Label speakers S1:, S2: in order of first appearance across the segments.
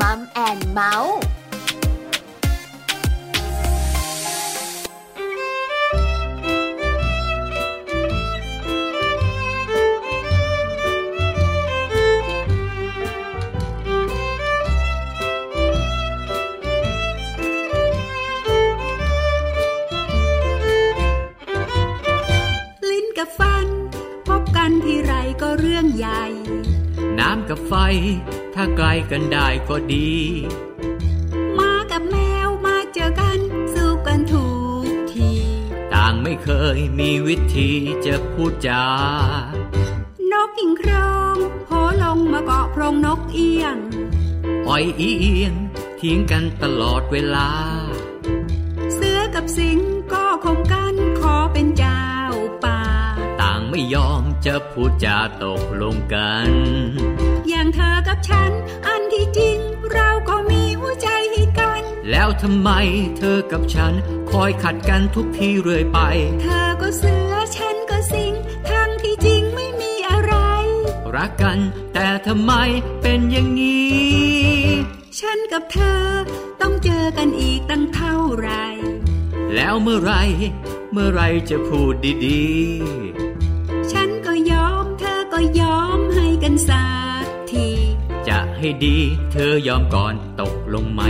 S1: มัมแอนเมาส์
S2: ลิ้นกับฟัน พบกันทีไรก็เรื่องใหญ่
S3: น้ำกับไฟ ถ้าใกล้กันได้ก็ดี
S2: มากับแมวมาเจอกัน สู้กันถูกที
S3: ต่างไม่เคยมีวิธีจะพูดจาน
S2: กกิ่งโครองโผล่ลงมาเกาะโพรงนกเอียง
S3: อ้อยอีเอียงเทิ้งกันตลอดเวลา
S2: เสือกับสิงก็คมกันขอเป็นเจ้าป่า
S3: ต่างไม่ยอมจะพูดจาตกลงกัน
S2: อย่างเธอกับฉัน อันที่จริง เราก็มีหัวใจให้กัน
S3: แล้วทำไมเธอกับฉัน คอยขัดกันทุกทีเรื่อยไป
S2: เธอก็เสือฉันก็สิงทั้งที่จริงไม่มีอะไร
S3: รักกันแต่ทำไมเป็นอย่างนี้
S2: ฉันกับเธอต้องเจอกันอีกตั้งเท่าไหร
S3: แล้วเมื่อไหรเมื่อไหรจะพูดดีๆ
S2: ฉันก็ยอมเธอก็ยอมให้กันสักที
S3: จะให้ดีเธอยอมก่อนตกลงไหม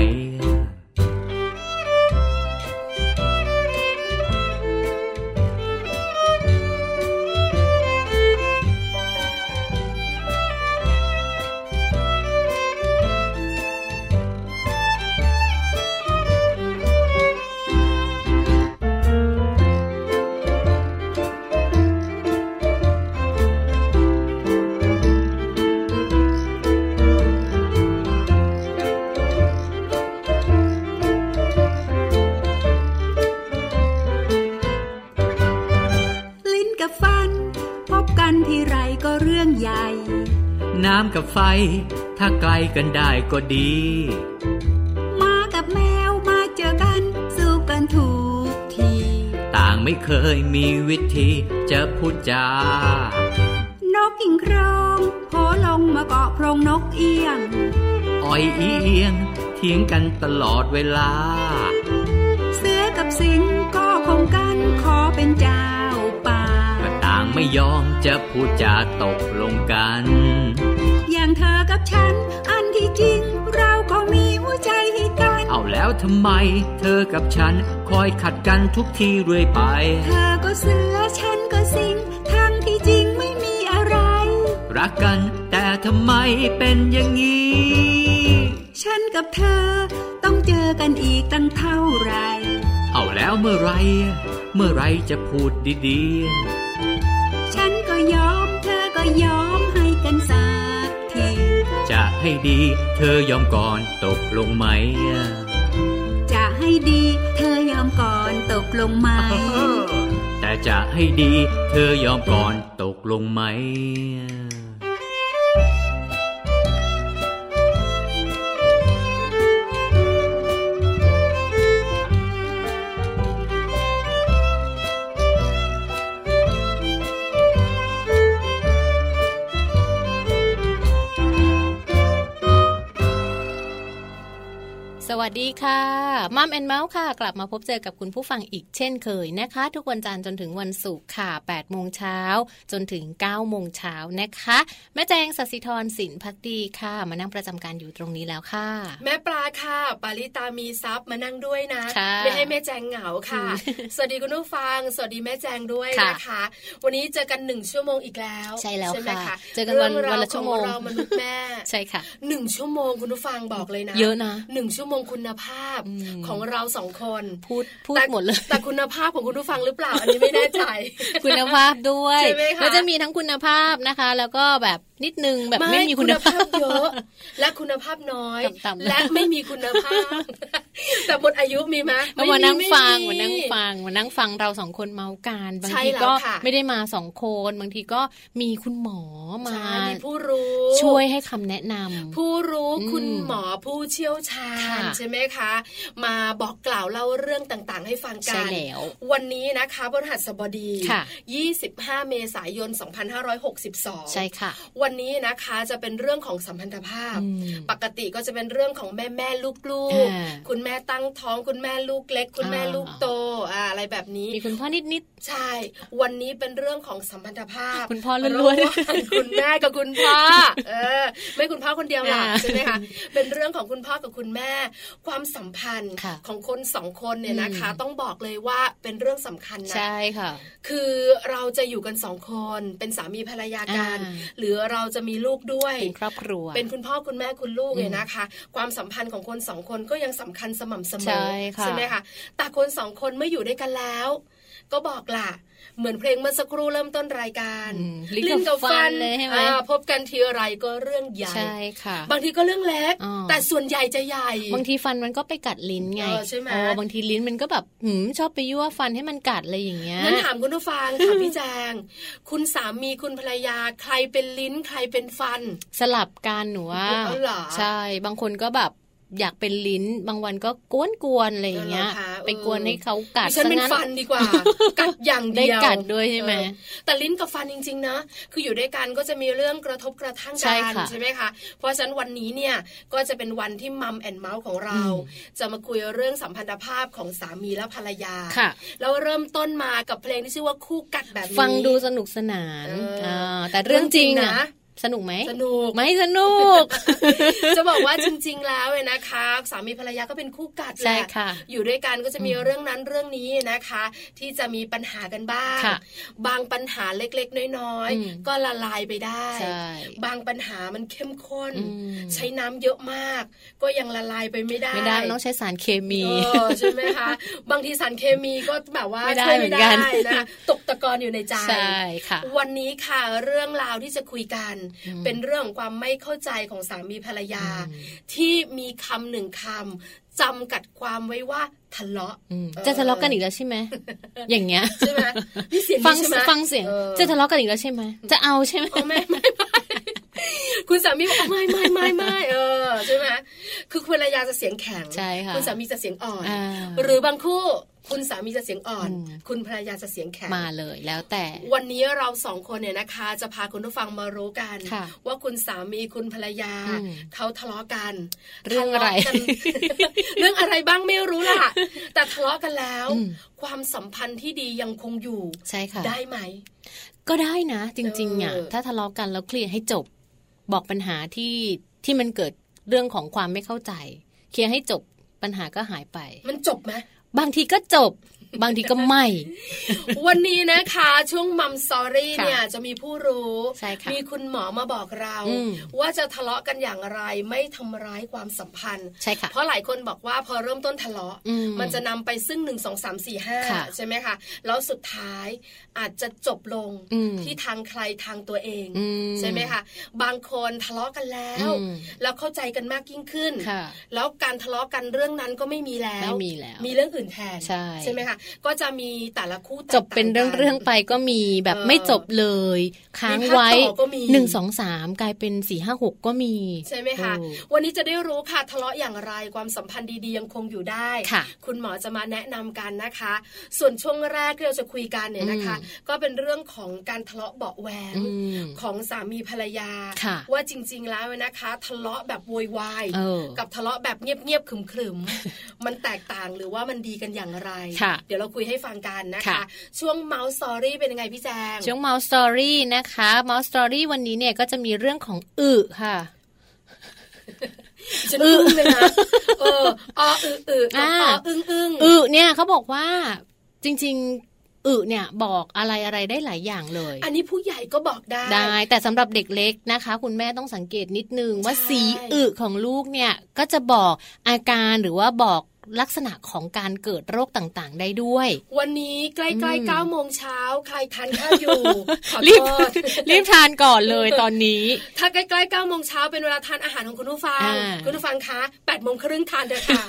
S2: ลิ้นกับฟัน พบกันทีไรก็เรื่องใหญ่
S3: น้ำกับไฟ ถ้าไกลกันได้ก็ดี
S2: มากับแมวมาเจอกัน สู้กันถูกที
S3: ต่างไม่เคยมีวิธีจะพูดจาน
S2: กกิ่งโครองโผล่ลงมาเกาะโพรงนกเอียง
S3: อ้อยอีเอียงเถียงกันตลอดเวลา
S2: เสือกับสิงก็คงกันขอเป็นเจ้าป่า
S3: ก็ต่างไม่ยอมจะพูดจาตกลงกัน
S2: อย่างเธอกับฉัน อันที่จริง เราก็มีหัวใจให้กัน
S3: เอาแล้วทำไม เธอกับฉันคอยขัดกันทุกทีเรื่อยไป
S2: เธอก็เสือฉันก็สิงทั้งที่จริงไม่มีอะไร
S3: รักกันแต่ทำไมเป็นอย่างนี้
S2: ฉันกับเธอต้องเจอกันอีกตั้งเท่าไหร
S3: เอาแล้วเมื่อไหรเมื่อไหรจะพูดดี
S2: ฉันก็ยอม เธอก็ยอมให้กันสักที
S3: ๆ จะให้ดี เธอยอมก่อนตกลงไหม
S2: จะให้ดีเธอยอมก่อนตกลงไหม
S3: แต่จะให้ดี เธอยอมก่อนตกลงไหม
S4: สวัสดีค่ะมัมแอนเมาส์ค่ะ กลับมาพบเจอกับคุณผู้ฟังอีกเช่นเคยนะคะ ทุกวันจันทร์จนถึงวันศุกร์ค่ะ8โมงเช้าจนถึง9โมงเช้านะคะ แม่แจงสัสิธรสินพักดีค่ะ มานั่งประจำการอยู่ตรงนี้แล้วค่ะ
S5: แม่ปลาค่ะ ปาริตามีซับมานั่งด้วยนะ
S4: ค่ะ
S5: ไม่ให้แม่แจงเหงาค่ะ สวัสดีคุณผู้ฟัง สวัสดีแม่แจงด้วย
S4: ค่ะ
S5: นะคะ วันนี้เจอกันหนึ่งชั่วโมงอีกแล้ว
S4: ใช่แล้ว
S5: ไหม
S4: ค่ะ
S5: คะ
S4: เจอกันวัน
S5: รื่งราว
S4: วันละชั่วโมง
S5: ขอเรามนุษย์แม่
S4: ใช่ค่ะ
S5: หนึ่งชั่วโมงคุณผู้ฟังบอกเลยนะ
S4: เยอะนะ
S5: หนึ่งชั่วโมงคุณภาพ
S4: อืม
S5: ของเราสองคน
S4: พูดพูด
S5: แต่
S4: หมดเลย
S5: แต่คุณภาพของคุณผู้ฟังหรือเปล่า อันนี้ไม่แน่ใจ
S4: คุณภาพด้วย
S5: ใช่ไหมคะ
S4: แล้วจะมีทั้งคุณภาพนะคะ แล้วก็แบบนิดนึงแบบไม่มีคุณภาพ
S5: เยอะ และคุณภาพน้อย
S4: ต่ำๆ
S5: และไม่มีคุณภาพ แต่หมดอายุมีไหม
S4: ก็
S5: ไ
S4: มานั่ง
S5: ไ
S4: ฟังมานั่งฟังมานั่งฟังเราสองคนเมาส์กันบาง
S5: ใช่
S4: ที
S5: แล้ว
S4: ก็
S5: ค่ะ
S4: ไม่ได้มาสองคนบางทีก็มีคุณหมอมา
S5: ใช่มีผู้รู้
S4: ช่วยให้คำแนะนำ
S5: ผู้รู้
S4: อืม
S5: คุณหมอผู้เชี่ยวชาญ
S4: ค่ะ
S5: ใช่ไหมคะ มาบอกกล่าวเล่าเรื่องต่างๆ ให้ฟัง
S4: ใช่
S5: กัน
S4: แล้ว
S5: วันนี้นะคะพฤหัสบดี
S4: ค่ะ
S5: 25 เมษายน 2562
S4: ใช่ค่ะ
S5: วันนี้นะคะจะเป็นเรื่องของสัมพันธภาพ
S4: อืม
S5: ปกติก็จะเป็นเรื่องของแม่แม่ลูกลูก
S4: อ่า
S5: คุณแม่ตั้งท้องคุณแม่ลูกเล็ก คุณแม่
S4: อ่า
S5: ลูกโตอ่าอะไรแบบนี้
S4: มีคุณพ่อนิดนิด
S5: ใช่ วันนี้เป็นเรื่องของสัมพันธภาพ
S4: คุณพ่อล้วนๆ
S5: ระหางคุณแม่กับคุณพ่อ เออ ไม่คุณพ่อคนเดียวหรอก
S4: อ่า
S5: ใช่ไหมคะ เป็นเรื่องของคุณพ่อกับคุณแม่ ความสัมพันธ์
S4: ค่ะ
S5: ของคนสองคนเนี่ยนะคะ
S4: อืม
S5: ต้องบอกเลยว่าเป็นเรื่องสำคัญ
S4: ๆ
S5: นะ
S4: ใช่ค่ะ
S5: คือเราจะอยู่กันสองคนเป็นสามีภรรยากัน
S4: อ่า
S5: หรือเราจะมีลูกด้วย
S4: เป็นครอบครัว
S5: เป็นคุณพ่อคุณแม่คุณลูก
S4: อืม
S5: เนี่ยนะคะ ความสัมพันธ์ของคนสองคนก็ยังสำคัญสม่ำเสมอ
S4: ใช่ค่ะ
S5: ไหมคะแต่คนสองคนเมื่ออยู่ด้วยกันแล้ว ก็บอกล่ะ เหมือนเพลงเมื่อสักครู่เริ่มต้นรายการ
S4: อืมลิ้นกับฟันเลยใช่ไหม
S5: อ่าพบกันทีไรก็เรื่องใหญ่
S4: ใช่ค่ะ
S5: บางทีก็เรื่องเล็ก
S4: อ๋อ
S5: แต่ส่วนใหญ่จะใหญ่
S4: บางทีฟันมันก็ไปกัดลิ้นไง
S5: เออใช่ไหม
S4: เออบางทีลิ้นมันก็แบบหืมชอบไปยั่วฟันให้มันกัดอะไรอย่างเงี้ย
S5: งั้นถามคุณผู้ฟังถ ามพี่แจง คุณสามีคุณภรรยาใครเป็นลิ้นใครเป็นฟัน
S4: สลับกันหนูว่า
S5: เอาเหรอ
S4: ใช่ บางคนก็แบบอยากเป็นลิ้น บางวันก็กวนกวนๆอะไรอย่างเงี้ย
S5: เอาเหรอคะเออ
S4: ไปกวนให้เขากัด
S5: ดิฉันเป็น
S4: ซะ
S5: ฟันดี กว่า กัดอย่าง
S4: ได้
S5: เดียว
S4: กัดด้วยใช่ไหม
S5: เออแต่ลิ้นกับฟันจริง ๆ นะ คืออยู่ด้วยกันก็จะมีเรื่องกระทบกระทั่ง
S4: ใช่
S5: กั
S4: ค่ะ
S5: ใช่ไหมคะเพราะฉะนั้นวันนี้เนี่ยก็จะเป็นวันที่มัมแอนเมาส์ของเรา
S4: อืม
S5: จะมาคุยเรื่องสัมพันธภาพของสามีและภรรยา
S4: ค่ะ
S5: แล้วเริ่มต้นมากับเพลงที่ชื่อว่าคู่กัดแบบนี้
S4: ฟังดูสนุกสนาน
S5: เอออ่
S4: าแต่เรื่องจริงนะ
S5: เรื่องจริงนะ
S4: สนุกไหม
S5: สนุก
S4: ไม่สนุก
S5: จะบอกว่าจริง ๆ แล้วเนี่ยนะคะ สามีภรรยาก็เป็นคู่กัดแห
S4: ใช่
S5: ละ
S4: ค่ะ
S5: อยู่ด้วยกันก็จะมีเรื่องนั้นเรื่องนี้นะคะ ที่จะมีปัญหากันบ้าง
S4: ค่ะ
S5: บางปัญหาเล็กๆ น้อย
S4: อืม
S5: ๆ ก็ละลายไปได้
S4: ใช่
S5: บางปัญหามันเข้มข้น
S4: อืม
S5: ใช้น้ำเยอะมาก ก็ยังละลายไปไม่ได้
S4: ไม่ได้ต้องใช้สารเคมี
S5: เออใช่ไหม คะ บางทีสารเคมีก็แบบว่า
S4: ไม่ได้
S5: ช่วยไม่ได้
S4: เหมือนกัน
S5: นะตกตะกอนอยู่ในใจ
S4: ใช่ค่ะ
S5: วันนี้ค่ะเรื่องราวที่จะคุยกัน
S4: อืม
S5: เป็นเรื่องของความไม่เข้าใจของสามีภรรยา
S4: อืม
S5: ที่มีคำหนึ่งคำจำกัดความไว้ว่าทะเลาะ
S4: อืม
S5: เออ
S4: จะทะเลาะกันอีกแล้วใช่ไหมอย่างเงี้ย
S5: ใช่ไหมนี่เสียง
S4: ฟัง
S5: นี้ใช่ไหม
S4: ฟังเสียง
S5: ออ
S4: จะทะเลาะกันอีกแล้วใช่ไหมจะเอาใช่ไหม
S5: อ๋อไม่ไม่ไม่คุณสามีบอกไม่ไม่ไม่ไม่เออใช่ไหมคือภรรยาจะเสียงแข็ง
S4: ใช่ค่ะ
S5: ณสามีจะเสียงอ่อน
S4: อ่า
S5: หรือบางคู่คุณสามีจะเสียงอ่อน
S4: อืม
S5: คุณภรรยาจะเสียงแข็ง
S4: มาเลยแล้วแต่
S5: วันนี้เราสองคนเนี่ยนะคะ จะพาคุณผู้ฟังมารู้กัน
S4: ค่ะ
S5: ว่าคุณสามีคุณภรรยา
S4: อืม
S5: เขาทะเลาะกัน
S4: เรื่องอะไร
S5: ทลากัน เรื่องอะไรบ้างไม่รู้ล่ะ แต่ทะเลาะกันแล้ว
S4: อืม
S5: ความสัมพันธ์ที่ดียังคงอยู่
S4: ใช่ค่ะ
S5: ได้ไหม
S4: ก็ได้นะจริงๆอ่ะ
S5: เออ
S4: ถ้าทะเลาะกันแล้วเคลียร์ให้จบ บอกปัญหาที่ที่มันเกิดเรื่องของความไม่เข้าใจ เคลียร์ให้จบปัญหาก็หายไป
S5: มันจบไหม
S4: บางทีก็จบ บางทีก็ไม่
S5: วันนี้นะคะ ช่วงมัมสอรี่
S4: ค่ะ
S5: เนี่ยจะมีผู้รู้
S4: ใช่ค่ะ
S5: มีคุณหมอมาบอกเรา
S4: อืม
S5: ว่าจะทะเลาะกันอย่างไรไม่ทำร้ายความสัมพันธ์
S4: ใช่ค่ะ
S5: เพราะหลายคนบอกว่าพอเริ่มต้นทะเลาะ
S4: อืม
S5: มันจะนำไปซึ่งหนึ่งสองสามสี่ห้า
S4: ค่ะ
S5: ใช่ไหมคะ แล้วสุดท้ายอาจจะจบลง
S4: อืม
S5: ที่ทางใครทางตัวเอง
S4: อื
S5: ใช่ไหมคะ บางคนทะเลาะกันแล้ว
S4: อืม
S5: แล้วเข้าใจกันมากยิ่งขึ้น
S4: ค่ะ
S5: แล้วการทะเลาะกันเรื่องนั้นก็ไม่มีแล้ว
S4: ไม่มีแล้ว
S5: มีเรื่องอื่นแทน
S4: ใช่
S5: ไหมคะก็จะมีแต่ละคู่แตก
S4: จ
S5: ต่า
S4: บเป็นเรื่อง ๆ
S5: กัน
S4: ไปก็มีแบบ
S5: เออ
S4: ไม่จบเลย ค้างไว้
S5: มีภาคต่อก็มี
S4: หนึ่งสองสามกลายเป็นสี่ห้าหกก็มี
S5: ใช่ไหมคะ
S4: โอ้
S5: วันนี้จะได้รู้ค่ะทะเลาะอย่างไรความสัมพันธ์ดีๆยังคงอยู่ได้
S4: ค่ะ
S5: คุณหมอจะมาแนะนำกันนะคะ ส่วนช่วงแรกที่เราจะคุยกันเนี่ยนะคะ
S4: อืม
S5: ก็เป็นเรื่องของการทะเลาะเบาะแวง
S4: อืม
S5: ของสามีภรรยา
S4: ค่ะ
S5: ว่าจริงๆแล้วนะคะ ทะเลาะแบบโวยวาย
S4: เออ
S5: กับทะเลาะแบบเงียบๆขรึม ๆ มันแตกต่างหรือว่ามันดีกันอย่างไร
S4: ค่ะ
S5: เดี๋ยวเราคุยให้ฟังกันนะคะ
S4: ค่ะ
S5: ช่วงเมาส์สอรี่เป็นยังไงพี่แจง
S4: ช่วง Mouse Story นะคะ Mouse Story วันนี้เนี่ยก็จะมีเรื่องของอึค่ะ
S5: ฉันอึ้งเลยนะ เอออออึอึออออึ้งอึ้ง
S4: อึเนี่ยเขาบอกว่าจริงๆ อึเนี่ยบอกอะไรอะไรได้หลายอย่างเลย
S5: อันนี้ผู้ใหญ่ก็บอกได้
S4: ได้ แต่สำหรับเด็กเล็กนะคะ คุณแม่ต้องสังเกตนิดนึงว่า
S5: ใช่
S4: สีอึของลูกเนี่ยก็จะบอกอาการหรือว่าบอก ลักษณะของการเกิดโรคต่างๆ ได้ด้วย
S5: วันนี้ใกล้
S4: อืม
S5: ๆเก้าโมงเช้าใครทานข้าวอยู่ขอ
S4: รีบ
S5: โทษ
S4: รีบทานก่อนเลยตอนนี้
S5: ถ้าใกล้ๆเก้าโมงเช้าเป็นเวลาทานอาหารของคุณผู้ฟัง
S4: อ่า
S5: คุณผู้ฟังคะแปดโมงครึ่งทานเถอะค่ะ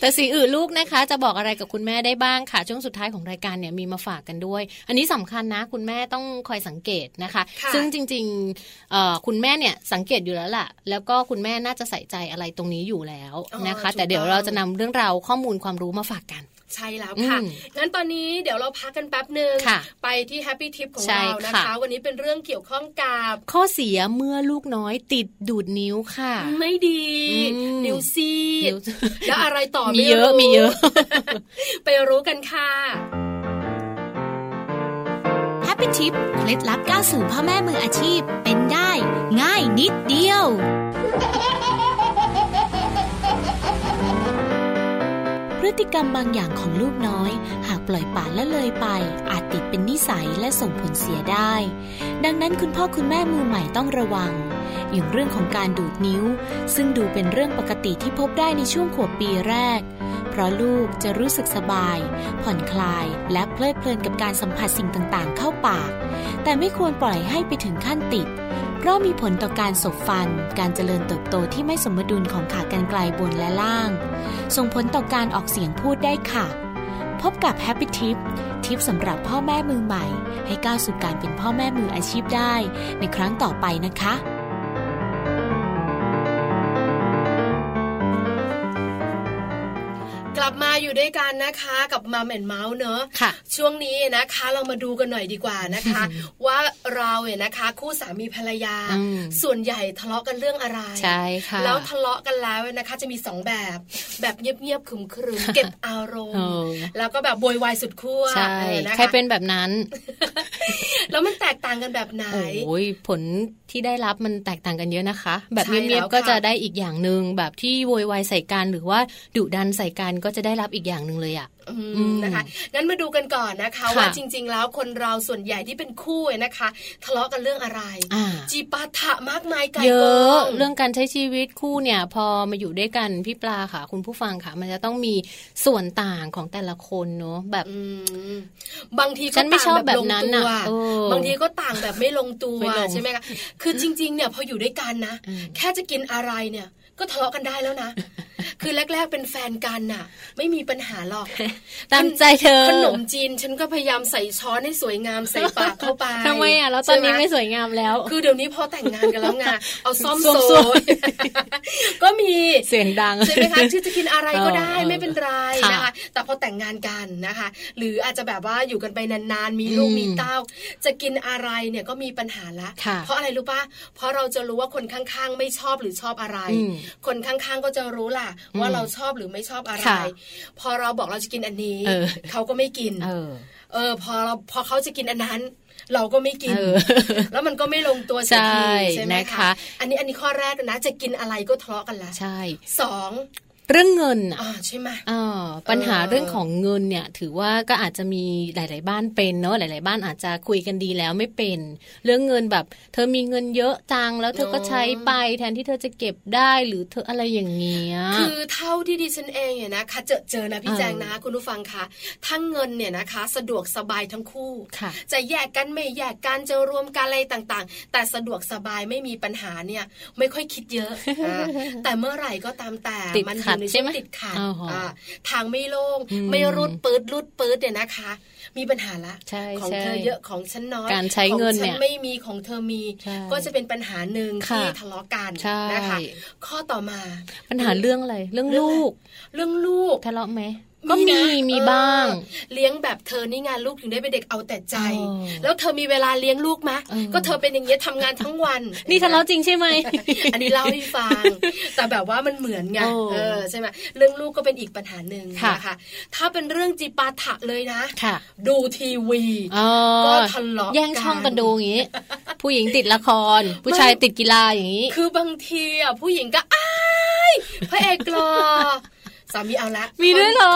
S4: แต่สีอื่นลูกนะคะ จะบอกอะไรกับคุณแม่ได้บ้างค่ะ ช่วงสุดท้ายของรายการเนี่ยมีมาฝากกันด้วย อันนี้สำคัญนะคุณแม่ต้องคอยสังเกตนะคะ
S5: ค่ะ
S4: ซึ่งจริงๆเอ่อคุณแม่เนี่ยสังเกตอยู่แล้วล่ะ แล้วก็คุณแม่น่าจะใส่ใจอะไรตรงนี้อยู่แล้วนะคะ แต่เดี๋ยวเราจะนำเรื่องราวข้อมูลความรู้มาฝากกัน
S5: ใช่แล้วค่ะ
S4: อืม
S5: งั้นตอนนี้เดี๋ยวเราพักกันแป๊บหนึ่ง
S4: ค่ะ
S5: ไปที่แฮปปี้ทิปของ
S4: ใช่
S5: เรานะ
S4: ค่ะ
S5: คะ วันนี้เป็นเรื่องเกี่ยวข้องกับ
S4: ข้อเสียเมื่อลูกน้อยติดดูดนิ้วค่ะ
S5: ไม่ดี
S4: อืม
S5: นิวซีด
S4: นิ้ว
S5: แล้วอะไรต่อ
S4: มี
S5: ไรู้
S4: เยอะมีเยอะ
S5: ไปรู้กันค่ะ
S1: แฮปปี้ทิปเคล็ดลับก้าวสู่พ่อแม่มืออาชีพเป็นได้ ง่ายนิดเดียว พฤติกรรมบางอย่างของลูกน้อย หากปล่อยปละละเลยไป อาจติดเป็นนิสัยและส่งผลเสียได้ ดังนั้นคุณพ่อคุณแม่มือใหม่ต้องระวัง อย่างเรื่องของการดูดนิ้ว ซึ่งดูเป็นเรื่องปกติที่พบได้ในช่วงขวบปีแรก เพราะลูกจะรู้สึกสบาย ผ่อนคลายและเพลิดเพลินกับการสัมผัสสิ่งต่างๆ เข้าปาก แต่ไม่ควรปล่อยให้ไปถึงขั้นติด เพราะมีผลต่อการสบฟัน การเจริญเติบโตที่ไม่สมดุลของขากรรไกรบนและล่าง ส่งผลต่อการออกเสียงพูดได้ค่ะ พบกับ Happy Tip ทิปสำหรับพ่อแม่มือใหม่ ให้ก้าวสู่การเป็นพ่อแม่มืออาชีพได้ ในครั้งต่อไปนะคะ
S5: กลับมาอยู่ด้วยกันนะคะกับมาแมนเมาส์เนอะ
S4: ค่ะ
S5: ช่วงนี้นะคะเรามาดูกันหน่อยดีกว่านะคะ ว่าเราเนี่ยนะคะ คู่สามีภรรยา
S4: อืม
S5: ส่วนใหญ่ทะเลาะกันเรื่องอะไร
S4: ใช่ค่ะ
S5: แล้วทะเลาะกันแล้วนะคะ จะมีสองแบบ แบบเงียบๆขรึมๆ เก็บอารม
S4: เอ
S5: ณ์
S4: อ
S5: แล้วก็แบบโวยวายสุดขั้ว
S4: ใช่
S5: เออนะ
S4: ใคร
S5: คะ
S4: เป็นแบบนั้น
S5: แล้วมันแตกต่างกันแบบไหน
S4: โอ้ยผลที่ได้รับมันแตกต่างกันเยอะนะคะ แบบ
S5: ใช่
S4: เงียบ
S5: แล้ว
S4: ๆก็จะ
S5: ค่ะ
S4: ได้อีกอย่างหนึ่งแบบที่โวยวายใส่กันหรือว่าดุดันใส่กันก็จะได้รับอีกอย่างหนึ่งเลยอ่ะ
S5: อื
S4: อื
S5: ม
S4: ม
S5: นะคะงั้นมาดูกันก่อนนะคะ
S4: ค่ะ
S5: ว่าจริง ๆ แล้วคนเราส่วนใหญ่ที่เป็นคู่เนี่ยนะคะ ทะเลาะกันเรื่องอะไร
S4: อ่า
S5: จีปาถะมากมายไกล
S4: เยอะ
S5: กง
S4: เรื่องการใช้ชีวิตคู่เนี่ยพอมาอยู่ด้วยกันพี่ปลาค่ะ คุณผู้ฟังค่ะ มันจะต้องมีส่วนต่างของแต่ละคนเนอะแบบ
S5: อืมบางทีก็
S4: ฉันไม่ชอบ
S5: ต่างแบบลง
S4: แบบนั้น
S5: ตั
S4: น่ะ
S5: ว
S4: เออบ
S5: างทีก็ต่างแบบไม่ลงตัว
S4: ไม่ลง
S5: ใช่ไหมคะคือจริง ๆ เนี่ยพออยู่ด้วยกันนะ
S4: อืม
S5: แค่จะกินอะไรเนี่ย ก็ทะเลาะกันได้แล้วนะ คือแรก ๆ เป็นแฟนกันน่ะ ไม่มีปัญหาหรอก
S4: ตามใจเธอ
S5: ขนมจีนฉันก็พยายามใส่ช้อนให้สวยงามใส่ปากเข้าไป
S4: ทำไมอ่ะแล้วตอนนี้ไม่
S5: ใช่ห
S4: สวยงามแล้ว
S5: คือเดี๋ยวนี้พอแต่งงานกันแล้วไงเอาซ่อ ม
S4: ซ่อม
S5: โซ
S4: โซ่
S5: ยก็มี
S4: เสียงดัง
S5: ใช่ไหมคะคือจะกินอะไรก็ได้
S4: เออ
S5: ไม่เป็นไร
S4: ค่ะ
S5: นะคะ แต่พอแต่งงานกันนะคะ หรืออาจจะแบบว่าอยู่กันไปนานๆ มีลูก
S4: อืม
S5: มีเต้า จะกินอะไรเนี่ยก็มีปัญหาละ
S4: ค่ะ
S5: เพราะอะไรรู้ป่ะ เพราะเราจะรู้ว่าคนข้างๆ ไม่ชอบหรือชอบอะไร
S4: อืม
S5: คนข้างๆก็จะรู้ล่ะ
S4: อืม
S5: ว่าเราชอบหรือไม่ชอบอะไร
S4: ค่ะ
S5: พอเราบอกเราจะกินอันนี้
S4: เออ
S5: เขาก็ไม่กิน
S4: เออ
S5: เออพอเราพอเขาจะกินอันนั้น เราก็ไม่กิน
S4: เออ
S5: แล้วมันก็ไม่ลงตัวสักที
S4: ใช่
S5: ใช่ไหม
S4: นะคะ
S5: คะ อันนี้อันนี้ข้อแรกนะจะกินอะไรก็ทะเลาะกันละ
S4: ใช่
S5: สอง
S4: เรื่องเงินอ่ะ
S5: อ่าใช่ไหม
S4: อ่าปัญหา
S5: เออ
S4: เรื่องของเงินเนี่ย ถือว่าก็อาจจะมีหลาย ๆ บ้านเป็นเนอะหลาย ๆ บ้านอาจจะคุยกันดีแล้วไม่เป็น เรื่องเงินแบบ เธอมีเงินเยอะจังแล้วเธอก็
S5: เนอะ
S4: ใช้ไปแทนที่เธอจะเก็บได้หรือเธออะไรอย่างเงี้ย
S5: คือเท่าที่ดิฉันเองเนี่ยนะคะเจอเจอนะพี่
S4: เออ
S5: แจงนะคุณผู้ฟังคะทั้งเงินเนี่ยนะคะ สะดวกสบายทั้งคู่
S4: ค่ะ
S5: จะแยกกันไม่แยกกันจะรวมกันอะไรต่างๆ แต่สะดวกสบายไม่มีปัญหาเนี่ย ไม่ค่อยคิดเยอะ อ่าแต่เมื่อไหร่ก็ตามแต่
S4: ติด
S5: มัอ
S4: ขัด
S5: ยู่ใน
S4: ใช่
S5: ช่ว
S4: ไหม
S5: งติดขัด
S4: อ๋ออ่
S5: าทางไม่โลง่ง
S4: อืม
S5: ไม่รูดปืดรูดปืดเนี่ยนะคะ มีปัญหาละ
S4: ใช่
S5: ของ
S4: ใช่
S5: เธอเยอะของฉันน้อย
S4: การใช้เงินเนี่ย
S5: ของฉัไม่มีของเธอมี
S4: ใช่
S5: ก็จะเป็นปัญหาหนึ่ง
S4: ค่ะ
S5: ที่ทะเลาะกัน
S4: ใช่
S5: นะคะ ข้อต่อมา
S4: ปัญหาเรื่องอะไร เรื่องลู ก
S5: เรื่องลูก
S4: ทะเลาะไหมก็มี
S5: นะ
S4: มี
S5: เออ
S4: บ้าง
S5: เลี้ยงแบบเธอนี่งานลูกถึงได้เป็นเด็กเอาแต่ใจ
S4: เออ
S5: แล้วเธอมีเวลาเลี้ยงลูกมะ
S4: เออ
S5: ก็เธอเป็นอย่างเงี้ยทำงานทั้งวัน
S4: นี่ทะเลาะจริงใช่ไหม
S5: อันนี้เล่าให้ฟัง แต่แบบว่ามันเหมือนไง
S4: โอ้
S5: เออใช่ไหมเรื่องลูกก็เป็นอีกปัญหาหนึ่ง
S4: ค่ะ
S5: นะคะถ้าเป็นเรื่องจีปาถะเลยนะ
S4: ค่ะ
S5: ดูทีวี
S4: เออ
S5: ก็ทะเลาะ
S4: แย่งช่องกันดูอย่างงี้ ผู้หญิงติดละคร ผู้ชายติดกีฬาอย่างงี้
S5: คือบางทีอ่ะผู้หญิงก็อายพระเอกหรอสามีเอาละ
S4: มีด้วยเหรอ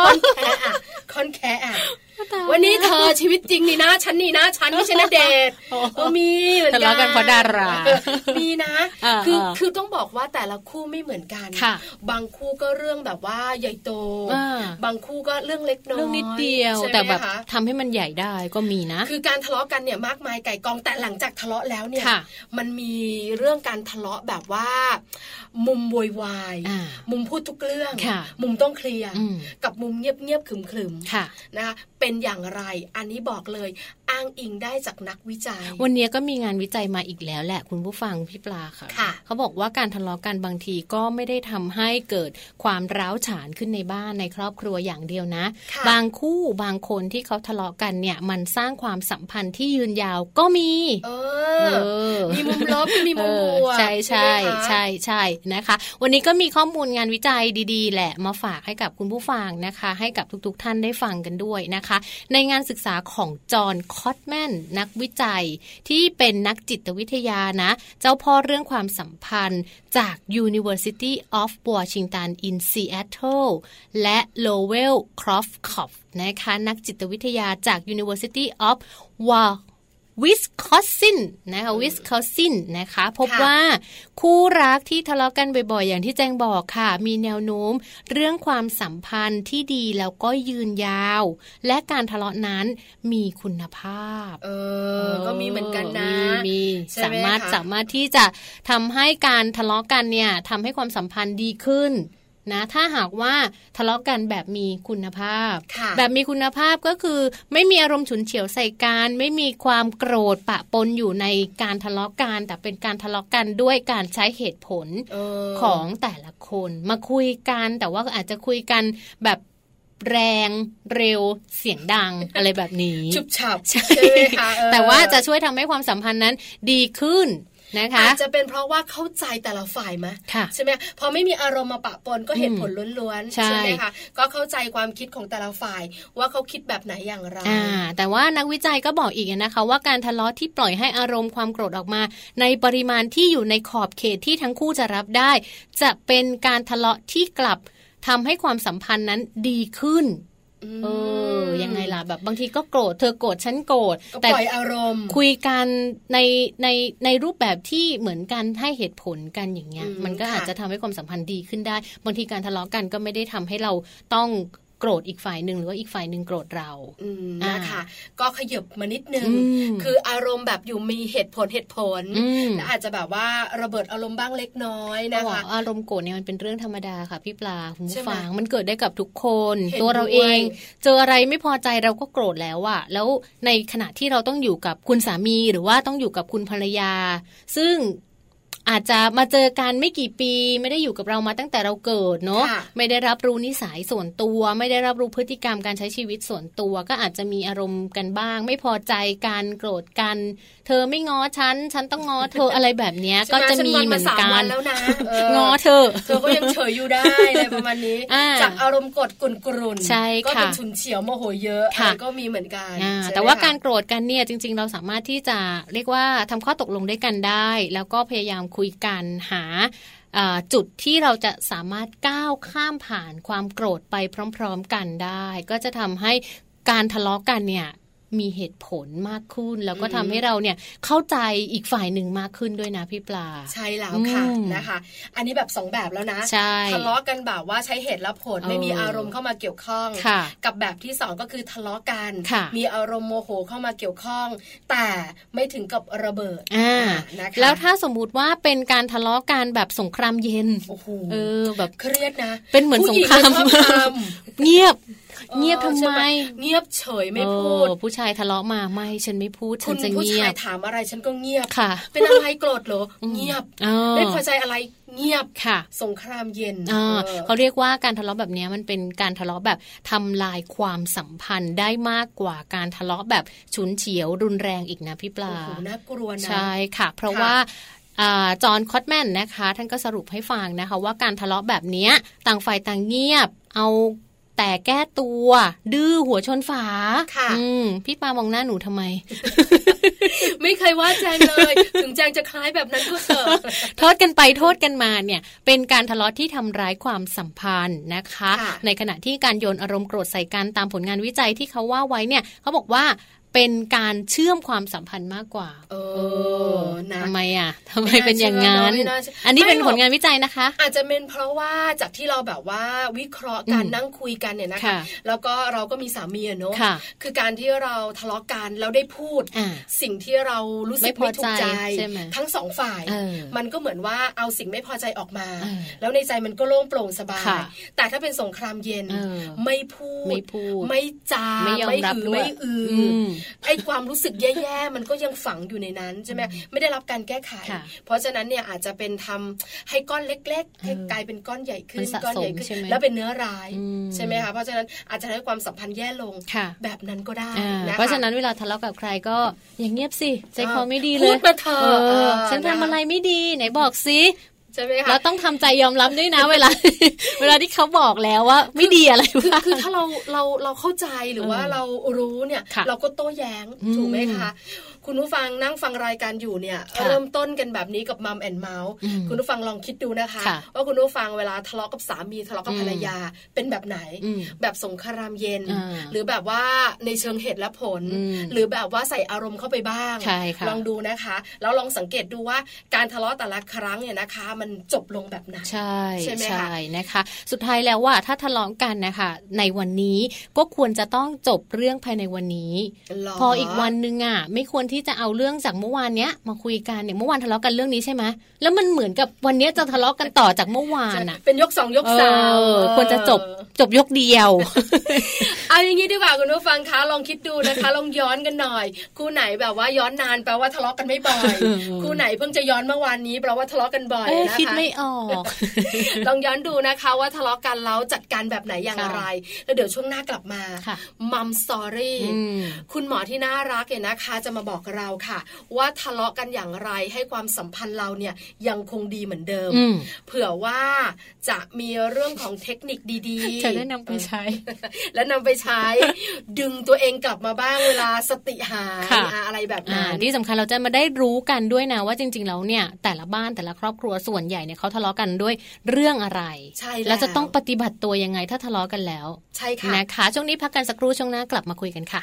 S5: คอนแคะอ่ะคอนแคะอ่ะ วันนี้เธอชีวิตจริงนี่นะฉันนี่นะฉันไม่ใช่นเดชน์
S4: โอ้
S5: เออมีเหมือนกัน
S4: ทะเลาะกันเพราะดารา
S5: เออมีนะ
S4: อ่า
S5: คือ
S4: อ่า
S5: คือต้องบอกว่าแต่ละคู่ไม่เหมือนกัน
S4: ค่ะ
S5: บางคู่ก็เรื่องแบบว่าใหญ่โต
S4: อ่า
S5: บางคู่ก็เรื่องเล็กน้อย
S4: เรื่องนิดเดียว
S5: ใช่ไหม
S4: แต่แบบ
S5: คะ
S4: ทำให้มันใหญ่ได้ก็มีนะ
S5: คือการทะเลาะกันเนี่ยมากมายไก่กองแต่หลังจากทะเลาะแล้วเนี่ย
S4: ค่ะ
S5: มันมีเรื่องการทะเลาะแบบว่า มุมโวยวาย
S4: อ่า
S5: มุมพูดทุกเรื่อง
S4: ค่ะ
S5: มุมต้องเคลียร์
S4: อืม
S5: กับมุมเงียบๆขรึมๆ
S4: ค่ะ
S5: นะคะเป็นอย่างไร อันนี้บอกเลย อ้างอิงได้จากนักวิจัย
S4: วันนี้ก็มีงานวิจัยมาอีกแล้วแหละคุณผู้ฟังพี่ปลาค่ะ
S5: ค่ะ
S4: เขาบอกว่าการทะเลาะกันบางทีก็ไม่ได้ทำให้เกิดความร้าวฉานขึ้นในบ้านในครอบครัวอย่างเดียวนะ
S5: ค่ะ
S4: บางคู่บางคนที่เขาทะเลาะกันเนี่ย มันสร้างความสัมพันธ์ที่ยืนยาวก็มี
S5: เอ
S4: เอ
S5: อ
S4: อ
S5: มีมุมลบมีมุมบวก
S4: ใช่ใช่
S5: ไหมคะ
S4: ใช่ใช่นะคะ วันนี้ก็มีข้อมูลงานวิจัยดีๆ แหละมาฝากให้กับคุณผู้ฟังนะคะ ให้กับทุกๆ ท่านได้ฟังกันด้วยนะคะ ในงานศึกษาของจอห์นคอตแมนนักวิจัย ที่เป็นนักจิตวิทยานะ เจ้าพ่อเรื่องความสัมพันธ์จาก University of Washington in Seattle และ Lowell Crofkoff นะคะนักจิตวิทยาจาก University of Washington วิสคอสซินนะคะวิสคอสซินนะคะ พบ
S5: ค่ะ
S4: ว่าคู่รักที่ทะเลาะกันบ่อยๆ อย่างที่แจงบอกค่ะ มีแนวโน้ม เรื่องความสัมพันธ์ที่ดีแล้วก็ยืนยาว และการทะเลาะนั้นมีคุณภาพ
S5: เออ ก็มีเหมือนกันนะ
S4: มีมี
S5: ใช่ไห
S4: สา
S5: ม
S4: มารถ
S5: คะ
S4: สามารถที่จะทำให้การทะเลาะกันเนี่ยทำให้ความสัมพันธ์ดีขึ้นนะถ้าหากว่าทะเลาะกันแบบมีคุณภาพ
S5: ค่ะ
S4: แบบมีคุณภาพก็คือ ไม่มีอารมณ์ฉุนเฉียวใส่กันไม่มีความโกรธปะปนอยู่ในการทะเลาะกันแต่เป็นการทะเลาะกันด้วยการใช้เหตุผล
S5: เออ
S4: ของแต่ละคน มาคุยกันแต่ว่าอาจจะคุยกันแบบแรงเร็วเสียงดั งอะไรแบบนี้
S5: ฉุบฉับ
S4: ใช่
S5: ไหมคะเออ
S4: แต่ว่าจะช่วยทำให้ความสัมพันธ์นั้นดีขึ้นนะคะ
S5: อาจจะเป็นเพราะว่าเข้าใจแต่ละฝ่ายไหม
S4: ค่ะ
S5: ใช่ไหมพอไม่มีอารมณ์มาปะปนก็เหตุผลล้วนๆ
S4: ใช่
S5: ไหมคะก็เข้าใจความคิดของแต่ละฝ่าย ว่าเขาคิดแบบไหนอย่างไร
S4: อ่า แต่ว่านักวิจัยก็บอกอีกนะคะ ว่าการทะเลาะที่ปล่อยให้อารมณ์ความโกรธออกมา ในปริมาณที่อยู่ในขอบเขตที่ทั้งคู่จะรับได้ จะเป็นการทะเลาะที่กลับทำให้ความสัมพันธ์นั้นดีขึ้น เออยังไงล่ะแบบบางทีก็โกรธเธอโกรธฉันโกรธ
S5: ก็
S4: แต่
S5: ปล่อยอารมณ์
S4: คุยกันในในในรูปแบบที่เหมือนกันให้เหตุผลกันอย่างเงี้ย
S5: อืม
S4: มันก็
S5: ค่ะ
S4: อาจจะทำให้ความสัมพันธ์ดีขึ้นได้บางทีการทะเลาะกันก็ไม่ได้ทำให้เราต้องโกรธอีกฝ่ายหนึ่งหรือว่าอีกฝ่ายหนึ่งโกรธเรา
S5: อืม
S4: อ่าน
S5: นะคะก็ขยับมานิดนึง
S4: อืม
S5: คืออารมณ์แบบอยู่มีเหตุผลเหตุผล
S4: อืม
S5: และอาจจะแบบว่าระเบิดอารมณ์บ้างเล็กน้อย
S4: เขา
S5: นะ
S4: บอก
S5: คะ
S4: ว่าอารมณ์โกรธเนี่ยมันเป็นเรื่องธรรมดาค่ะพี่ปลาคุณ
S5: ใช่
S4: ผู้
S5: ไหม
S4: ฟังมันเกิดได้กับทุกคน
S5: เห็น
S4: ตัวเรา
S5: ด้วย
S4: เอง เจออะไรไม่พอใจเราก็โกรธแล้วอะแล้วในขณะที่เราต้องอยู่กับคุณสามีหรือว่าต้องอยู่กับคุณภรรยา ซึ่งอาจจะมาเจอกันไม่กี่ปี ไม่ได้อยู่กับเรามาตั้งแต่เราเกิดเนาะ
S5: ค่ะ
S4: ไม่ได้รับรู้นิสัยส่วนตัว ไม่ได้รับรู้พฤติกรรมการใช้ชีวิตส่วนตัว ก็อาจจะมีอารมณ์กันบ้าง ไม่พอใจกันโกรธกัน เธอไม่ง้อฉันฉันต้องง้อเธออะไรแบบเนี้ย
S5: ใช่
S4: ก็
S5: ไ
S4: จะมี
S5: ฉัง
S4: เหมือน
S5: สา
S4: กั
S5: วัน แล้วนะเออ
S4: ง้อเธอ
S5: เธอก็ยังเฉยอยู่ได้อะไรประมาณนี้
S4: อ่า
S5: จากอารมณ์กดกรุ่นๆ
S4: ใช่
S5: ก็
S4: ค่ะ
S5: เป็นฉุนเฉียวโมโหเยอะ
S4: ค่ะ
S5: อันนี้ก็มีเหมือนกัน
S4: อ่า
S5: ใช่ไหม
S4: แต่ว่าการ
S5: คะ
S4: โกรธกันเนี่ยจริง ๆ เราสามารถที่จะเรียกว่าทำข้อตกลงด้วยกันได้ แล้วก็พยายามคุยกันหาเอ่อจุดที่เราจะสามารถก้าวข้ามผ่านความโกรธไปพร้อม ๆ กันได้ ก็จะทำให้การทะเลาะกันเนี่ยมีเหตุผลมากขึ้น แล้วก็
S5: อืม
S4: ทำให้เราเนี่ยเข้าใจอีกฝ่ายหนึ่งมากขึ้นด้วยนะพี่ปลา
S5: ใช่แล้วค่ะ
S4: อืม
S5: นะคะ อันนี้แบบสองแบบแล้วนะ
S4: ใช่
S5: ทะเลาะกันแบบว่าใช้เหตุและผล
S4: เออ
S5: ไม่มีอารมณ์เข้ามาเกี่ยวข้อง
S4: ค่ะ
S5: กับแบบที่สองก็คือทะเลาะกัน
S4: ค่ะ
S5: มีอารมณ์โมโหเข้ามาเกี่ยวข้อง แต่ไม่ถึงกับระเบิด
S4: อ่า
S5: นะคะ
S4: แล้วถ้าสมมุติว่าเป็นการทะเลาะกันแบบสงครามเย็น
S5: โอ้โห
S4: เออแบบ
S5: เครียดนะ
S4: เป็นเหมือน
S5: ผู้ญิ
S4: สงคราม
S5: ชอบท
S4: เงียบ
S5: ำออ
S4: เงียบทำ
S5: ใช่
S4: ไม
S5: หเงียบเฉยไม่พูด
S4: เออผู้ชายทะเลาะมาไม่ฉันไม่พูด
S5: คุ
S4: ฉัน
S5: ณ
S4: จะ
S5: ผู้
S4: เงีย
S5: ชาย
S4: บ
S5: ถามอะไรฉันก็เงียบ
S4: ค่ะ
S5: เป็นอะไรโกรธเหรออเงียบ
S4: เออ
S5: ไม่พอใจอะไรเงียบ
S4: ค่ะ
S5: สงครามเย็น
S4: อ่า
S5: เออ
S4: เขาเรียกว่าการทะเลาะแบบเนี้ยมันเป็นการทะเลาะแบบทำลายความสัมพันธ์ได้มากกว่าการทะเลาะแบบฉุนเฉียวรุนแรงอีกนะพี่ปลา
S5: โอ้โหน่ากลัวนะ
S4: ใช่ค่ะ เพราะ
S5: ค่ะ
S4: ว่าอ่าจอห์นคอตแมนนะคะ ท่านก็สรุปให้ฟังนะคะ ว่าการทะเลาะแบบเนี้ยต่างฝ่ายต่างเงียบ เอาแต่ แต่แก้ตัว ดื้อหัวชนฝา
S5: ค่ะ
S4: อืมพี่ปามองหน้าหนูทำไม
S5: ไม่เคยว่าแจงเลย ถึงแจงจะคล้ายแบบนั้นก็เถอะ
S4: โทษกันไปโทษกันมาเนี่ย เป็นการทะเลาะที่ทำร้ายความสัมพันธ์นะคะ
S5: ค่ะ
S4: ในขณะที่การโยนอารมณ์โกรธใส่กันตามผลงานวิจัยที่เขาว่าไว้เนี่ยเขาบอกว่าเป็นการเชื่อมความสัมพันธ์มากกว่า
S5: โอ้
S4: เออ
S5: นะ
S4: ทำไมอ่ะทำไม
S5: ไม่น่า
S4: เป็นอย่างนั้น
S5: เชื่อเนอะไม่น่าเชื่ออั
S4: อันนี้เป็น
S5: ไม่หร
S4: ผ
S5: อก
S4: ลงานวิจัยนะคะ
S5: อาจจะเป็นเพราะว่าจากที่เราแบบว่าวิเคราะห์การ
S4: อืม
S5: นั่งคุยกันเนี่ยนะคะ
S4: ค่ะ
S5: แล้วก็เราก็มีสามีอะเนาะ
S4: ค่ะ
S5: คือการที่เราทะเลาะกันแล้วได้พูด
S4: อ่า
S5: สิ่งที่เรารู้สึก
S4: ไม่
S5: ไม่
S4: พอ
S5: ถูกใจ
S4: ใจใช่ไหม
S5: ทั้งสองฝ่าย
S4: เออ
S5: มันก็เหมือนว่าเอาสิ่งไม่พอใจออกมา
S4: เออ
S5: แล้วในใจมันก็โล่งโปร่งสบาย
S4: ค่ะ
S5: แต่ถ้าเป็นสงครามเย็น
S4: เออ
S5: ไม่พูด
S4: ไม่พูด
S5: ไม่จา
S4: ไม่ยอมรับ
S5: หื
S4: ด้วย
S5: ไม่อื
S4: อืม
S5: ไอ้ความรู้สึกแย่ๆมันก็ยังฝังอยู่ในนั้นใช่ไหมไม่ได้รับการแก้ไข
S4: ค่ะ
S5: เพราะฉะนั้นเนี่ยอาจจะเป็นทำให้ก้อนเล็กๆให้
S4: เออก
S5: ลายเป็นก้อนใหญ่ขึ้
S4: มัน นสะ
S5: ก้อนใหญ่ขึ้
S4: สม
S5: น
S4: ใช่ไหม
S5: แล้วเป็นเนื้อร้าย
S4: อืม
S5: ใช่ไหมคะเพราะฉะนั้นอาจจะทำให้ความสัมพันธ์แย่ลง
S4: ค่ะ
S5: แบบนั้นก็ได้
S4: อ่า
S5: ค
S4: เพราะฉะนั้นเวลาทะเลาะกับใครก็อย่างเงียบสิใจคอไม่ดีเลย
S5: พูดมาเถอะ
S4: เออ
S5: เออ
S4: ฉันทำ
S5: นะคะ
S4: อะไรไม่ดีไหนบอกสิ
S5: ใช่ไหมคะ
S4: เราต้องทำใจยอมรับด้วยนะ เวลา เวลาที่เขาบอกแล้วว่า ไม่ดีอะไร
S5: คือ
S4: ว่า
S5: คือถ้าเราเราเราเข้าใจหรือว่า
S4: เออ
S5: เรารู้เนี่ย
S4: ค่ะ
S5: เราก็โต้แย้ง
S4: อืม
S5: ถูกไหมคะคุณผู้ฟังนั่งฟังรายการอยู่เนี่ย
S4: ค่ะ
S5: เริ่มต้นกันแบบนี้กับมัมแอนเมาส์
S4: อืม
S5: คุณผู้ฟังลองคิดดูนะคะ
S4: ค่ะ
S5: ว่าคุณผู้ฟังเวลาทะเลาะกับสามีทะเลาะกับภรรยาเป็นแบบไหน
S4: อืม
S5: แบบสงครามเย็น
S4: อ่า
S5: หรือแบบว่าในเชิงเหตุและผล
S4: อืม
S5: หรือแบบว่าใส่อารมณ์เข้าไปบ้าง
S4: ใช่ค่ะ
S5: ลองดูนะคะ แล้วลองสังเกตดูว่าการทะเลาะแต่ละครั้งเนี่ยนะคะ มันจบลงแบบไหน
S4: ใช่
S5: ใช่ไหมคะ
S4: นะคะ สุดท้ายแล้วว่าถ้าทะเลาะกันนะคะในวันนี้ก็ควรจะต้องจบเรื่องภายในวันนี้
S5: หรอ
S4: พออีกวันนึงอ่ะ ไม่ควรที่จะเอาเรื่องจากเมื่อวานเนี้ยมาคุยกันเนี่ยเมื่อวานทะเลาะกันเรื่องนี้ใช่ไหมแล้วมันเหมือนกับวันเนี้ยจะทะเลาะกันต่อจากเมื่อวานอ่ะ
S5: เป็นยกสองยกสาม
S4: เออควรจะจบจบยกเดียว
S5: เอาอย่างนี้ดีกว่าคุณผู้ฟังคะลองคิดดูนะคะ ลองย้อนกันหน่อย คู่ไหนแบบว่าย้อนนานแปลว่าทะเลาะกันไม่บ่ อย
S4: เออ
S5: คู่ไหนเพิ่งจะย้อนเมื่อวานนี้แปลว่าทะเลาะกันบ่อ ย
S4: เอ้ย
S5: นะคะ
S4: คิดไม่ ออก
S5: ลองย้อนดูนะคะว่าทะเลาะกันแล้วจัดการแบบไหนอย่างไร แล้วเดี๋ยวช่วงหน้ากลับมา
S4: ค่ะ
S5: มัมสอรี่
S4: อืม
S5: คุณหมอที่น่ารักเนี่ยนะคะ จะมาบอกเราค่ะ ว่าทะเลาะกันอย่างไรให้ความสัมพันธ์เราเนี่ยยังคงดีเหมือนเดิม
S4: อืม
S5: เผื่อว่าจะมีเรื่องของเทคนิคดีๆ
S4: เธอได้นำไปใช้
S5: แล้วนำไปใช้ ดึงตัวเองกลับมาบ้างเวลาสติหาย
S4: ค่ะ
S5: อ่ะอะไรแบบ
S4: อ่า
S5: นั้น
S4: ที่สำคัญเราจะมาได้รู้กันด้วยนะว่าจริง ๆ แล้วเนี่ย แต่ละบ้านแต่ละครอบครัวส่วนใหญ่เนี่ยเขาทะเลาะกันด้วยเรื่องอะไร
S5: ใช่
S4: แล้วจะต้องปฏิบัติตัวยังไงถ้าทะเลาะกันแล้ว
S5: ใช่ค่ะ
S4: นะคะช่วงนี้พักกันสักครู่ช่วงหน้ากลับมาคุยกันค่ะ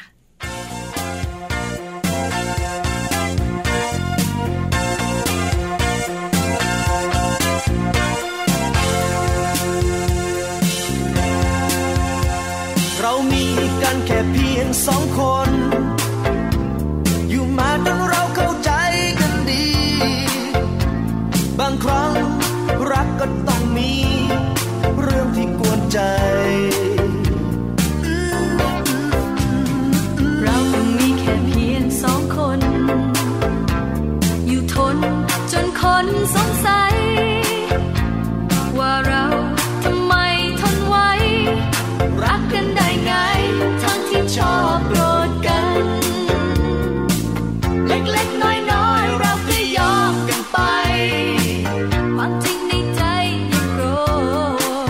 S6: เรามีกันแค่เพียงสองคน อยู่มาจนเราเข้าใจกันดี บางครั้งรักก็ต้องมี เรื่องที่กวนใจ
S2: เราคงมีแค่เพียงสองคน อยู่ทนจนคนสงสัย ว่าเราทำไมทนไว้ รักกันได้ไง ทั้งที่ชอบโกรธกัน เล็กๆน้อยๆ เราก็ยอมกันไป ความจริงในใจยังโกร